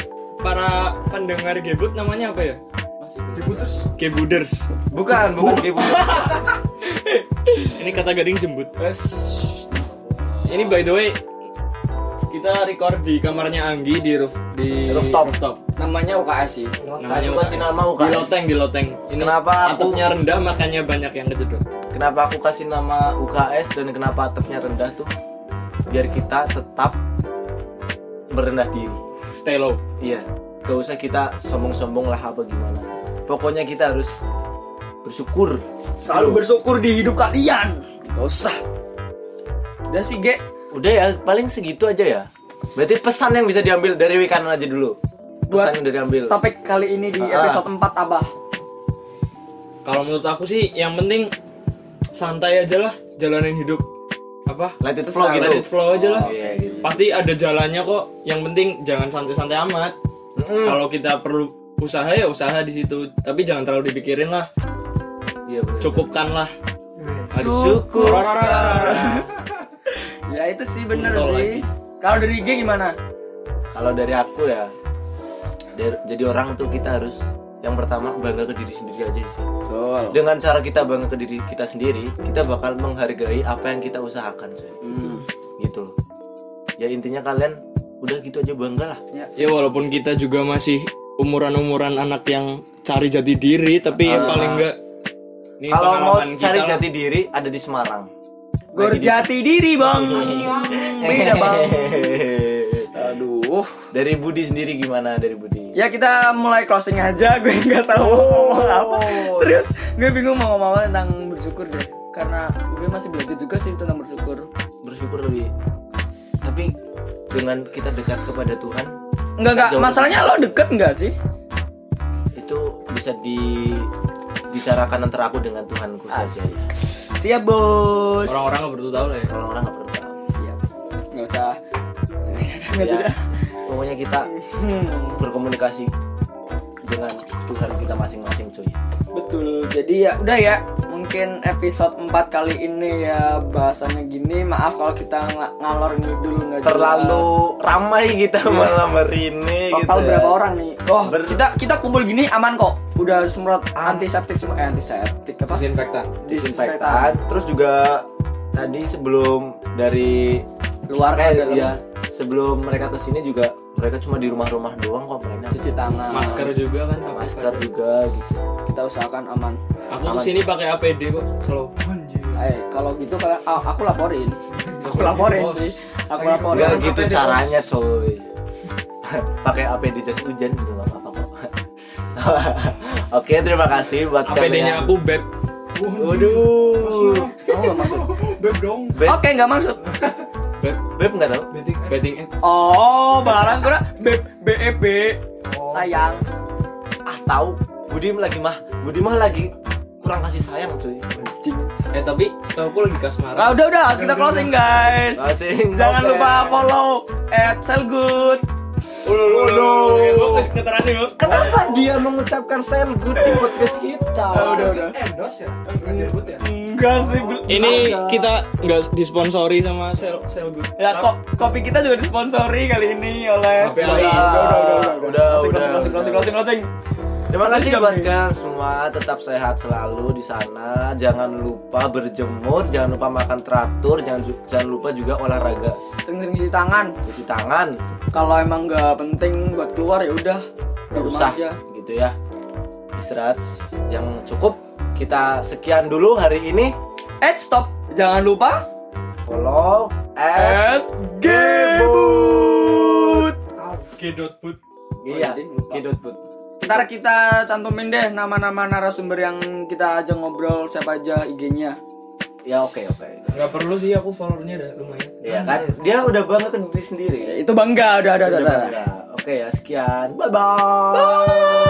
S3: para pendengar gebut namanya apa ya?
S4: masih belum.
S5: Diputus.
S3: Gebuders.
S2: Bukan, bukan gitu. Ibu.
S3: Ini kata gading jembut.
S1: Terus,
S3: Ini by the way kita record di kamarnya Anggi di roof di
S2: Rooftop.
S1: namanya UKS sih.
S3: Namanya
S2: Aku kasih
S3: UKS.
S2: nama
S3: Di
S2: UKS.
S3: loteng, di loteng. Ini
S2: Kenapa aku-
S3: atapnya rendah makanya banyak yang kejedot.
S2: Kenapa aku kasih nama UKS dan kenapa atapnya rendah tuh? Biar kita tetap berendah diri.
S3: Stay low.
S2: Iya, gak usah kita sombong-sombong lah apa gimana. Pokoknya kita harus bersyukur.
S1: Selalu bersyukur di hidup kalian. Gak usah. Udah sih, Ge.
S2: Udah ya, paling segitu aja ya. Berarti pesan yang bisa diambil dari Wikanon aja dulu. Pesan
S1: Buat
S2: yang udah diambil.
S1: Topik kali ini di
S2: Ah.
S1: episode 4 Abah.
S3: Kalau menurut aku sih yang penting santai aja lah jalanin hidup apa
S2: Let it flow gitu.
S3: let it flow aja lah
S2: Iya, gitu.
S3: pasti ada jalannya kok yang penting jangan santai-santai amat kalau kita perlu usaha ya usaha di situ tapi jangan terlalu dipikirin lah
S2: Iya, bener.
S3: cukupkan lah
S2: Harus syukur.
S1: ya itu sih bener
S3: Betul
S1: sih kalau dari G gimana
S2: Kalau dari aku ya, dari- jadi orang tuh kita harus yang pertama bangga ke diri sendiri aja sih.
S1: betul
S2: Dengan cara kita bangga ke diri kita sendiri, kita bakal menghargai apa yang kita usahakan cuy. Gitu loh. Ya intinya kalian udah gitu aja bangga lah.
S3: ya walaupun kita juga masih umuran-umuran anak yang cari jati diri tapi yang paling enggak ini
S2: Ah. Kalau mau
S3: pengalaman
S2: cari
S3: kita lah.
S2: jati diri ada di Semarang.
S1: gor jati diri bang
S2: ya.
S1: beda bang aduh
S2: dari Budi sendiri gimana dari Budi?
S1: ya kita mulai closing aja gue nggak tahu mau ngomong apa serius gue bingung mau ngomong apa tentang bersyukur deh karena gue masih belajar juga sih tentang bersyukur
S2: Bersyukur lebih. Tapi dengan kita dekat kepada Tuhan
S1: Enggak enggak, masalahnya lo deket enggak sih?
S2: itu bisa dibicarakan antara aku dengan Tuhanku saja. ya.
S1: Siap, Bos.
S3: orang-orang nggak bertutur tahu lah ya
S2: Kalau orang nggak perlu tahu.
S1: siap. Enggak usah. Enggak
S2: Ya,
S1: tidak. Hmm.
S2: pokoknya kita berkomunikasi dengan Tuhan kita masing-masing cuy.
S1: Betul. Jadi ya udah ya. Mungkin episode 4 kali ini ya bahasannya gini. Maaf kalau kita ng- ngalor ngidul enggak jelas.
S2: Terlalu ramai kita malam hari ini.
S1: Iya. total
S2: gitu ya.
S1: berapa orang nih? Oh,
S2: Ber-
S1: kita kita kumpul gini aman kok. Udah semprot antiseptik semua eh antiseptik apa?
S3: disinfektan
S2: disinfektan terus juga tadi sebelum dari
S1: Luar
S2: eh,
S1: ke dalam.
S2: iya, sebelum mereka kesini juga mereka cuma di rumah-rumah doang kok mainnya
S1: Cuci tangan.
S3: masker juga kan pakai.
S2: masker juga gitu
S1: Kita usahakan aman.
S3: aku kesini pakai APD kok selalu
S5: Anjir.
S1: Eh, kalau gitu kalau ah, aku laporin. Aku laporin sih. Aku laporin.
S2: nggak gitu caranya coy pakai APD jas hujan juga nggak apa-apa kok oke terima kasih buat kalian
S3: APD-nya aku beb
S2: ya. waduh
S1: Kamu nggak masuk?
S5: Beb dong.
S2: Bet.
S1: Oke, nggak masuk.
S3: beb
S2: beb nggak tahu
S5: Betik.
S3: betting app
S1: Oh, barang Oh. kira BEB. E Sayang.
S2: ah tahu Budi lagi mah Budi mah lagi kurang kasih sayang cuy
S3: eh tapi setahu aku lagi kasmaran
S1: Nah, udah udah, kita closing guys.
S2: Closing,
S1: Jangan
S2: oke.
S1: lupa follow at selgood.
S3: Fokus keterangan yuk.
S2: Kenapa dia mengucapkan sel good di podcast kita?
S1: udah, udah.
S5: Endorse ya? Nggak ribut ya?
S1: Enggak sih. bel-
S3: Ini kita nggak disponsori sama sel sel good.
S1: Ya, ko- kopi kita juga disponsori kali ini oleh
S3: Apa
S2: udah,
S3: lagi?
S1: Closing,
S2: udah,
S1: closing,
S2: udah.
S1: closing, closing, closing.
S2: Terima
S1: Satu
S2: kasih
S1: jam
S2: buat
S1: nih.
S2: kalian semua, tetap sehat selalu di sana. Jangan lupa berjemur, jangan lupa makan teratur, jangan ju- jangan lupa juga olahraga,
S1: Sering-sering cuci tangan.
S2: cuci tangan,
S1: Kalau emang nggak penting buat keluar ya udah. di
S2: nggak
S1: rumah
S2: usah
S1: aja.
S2: gitu ya. Istirahat yang cukup. Kita sekian dulu hari ini.
S1: At Eh, stop. Jangan lupa
S2: Follow at
S1: at gebut.
S3: G.put.
S2: iya,
S1: jadi lupa.
S2: Kidot Bud.
S1: Ntar kita cantumin deh nama-nama narasumber yang kita ajak ngobrol siapa aja IG-nya.
S2: Ya oke oke.
S3: Nggak perlu sih aku followernya udah lumayan.
S2: Ya kan, dia udah bangga
S1: Iya,
S2: ke diri sendiri.
S1: Itu Ya, bangga, udah, udah, udah.
S2: Udah
S1: udah.
S2: bangga. Oke ya, sekian. Bye-bye. bye bye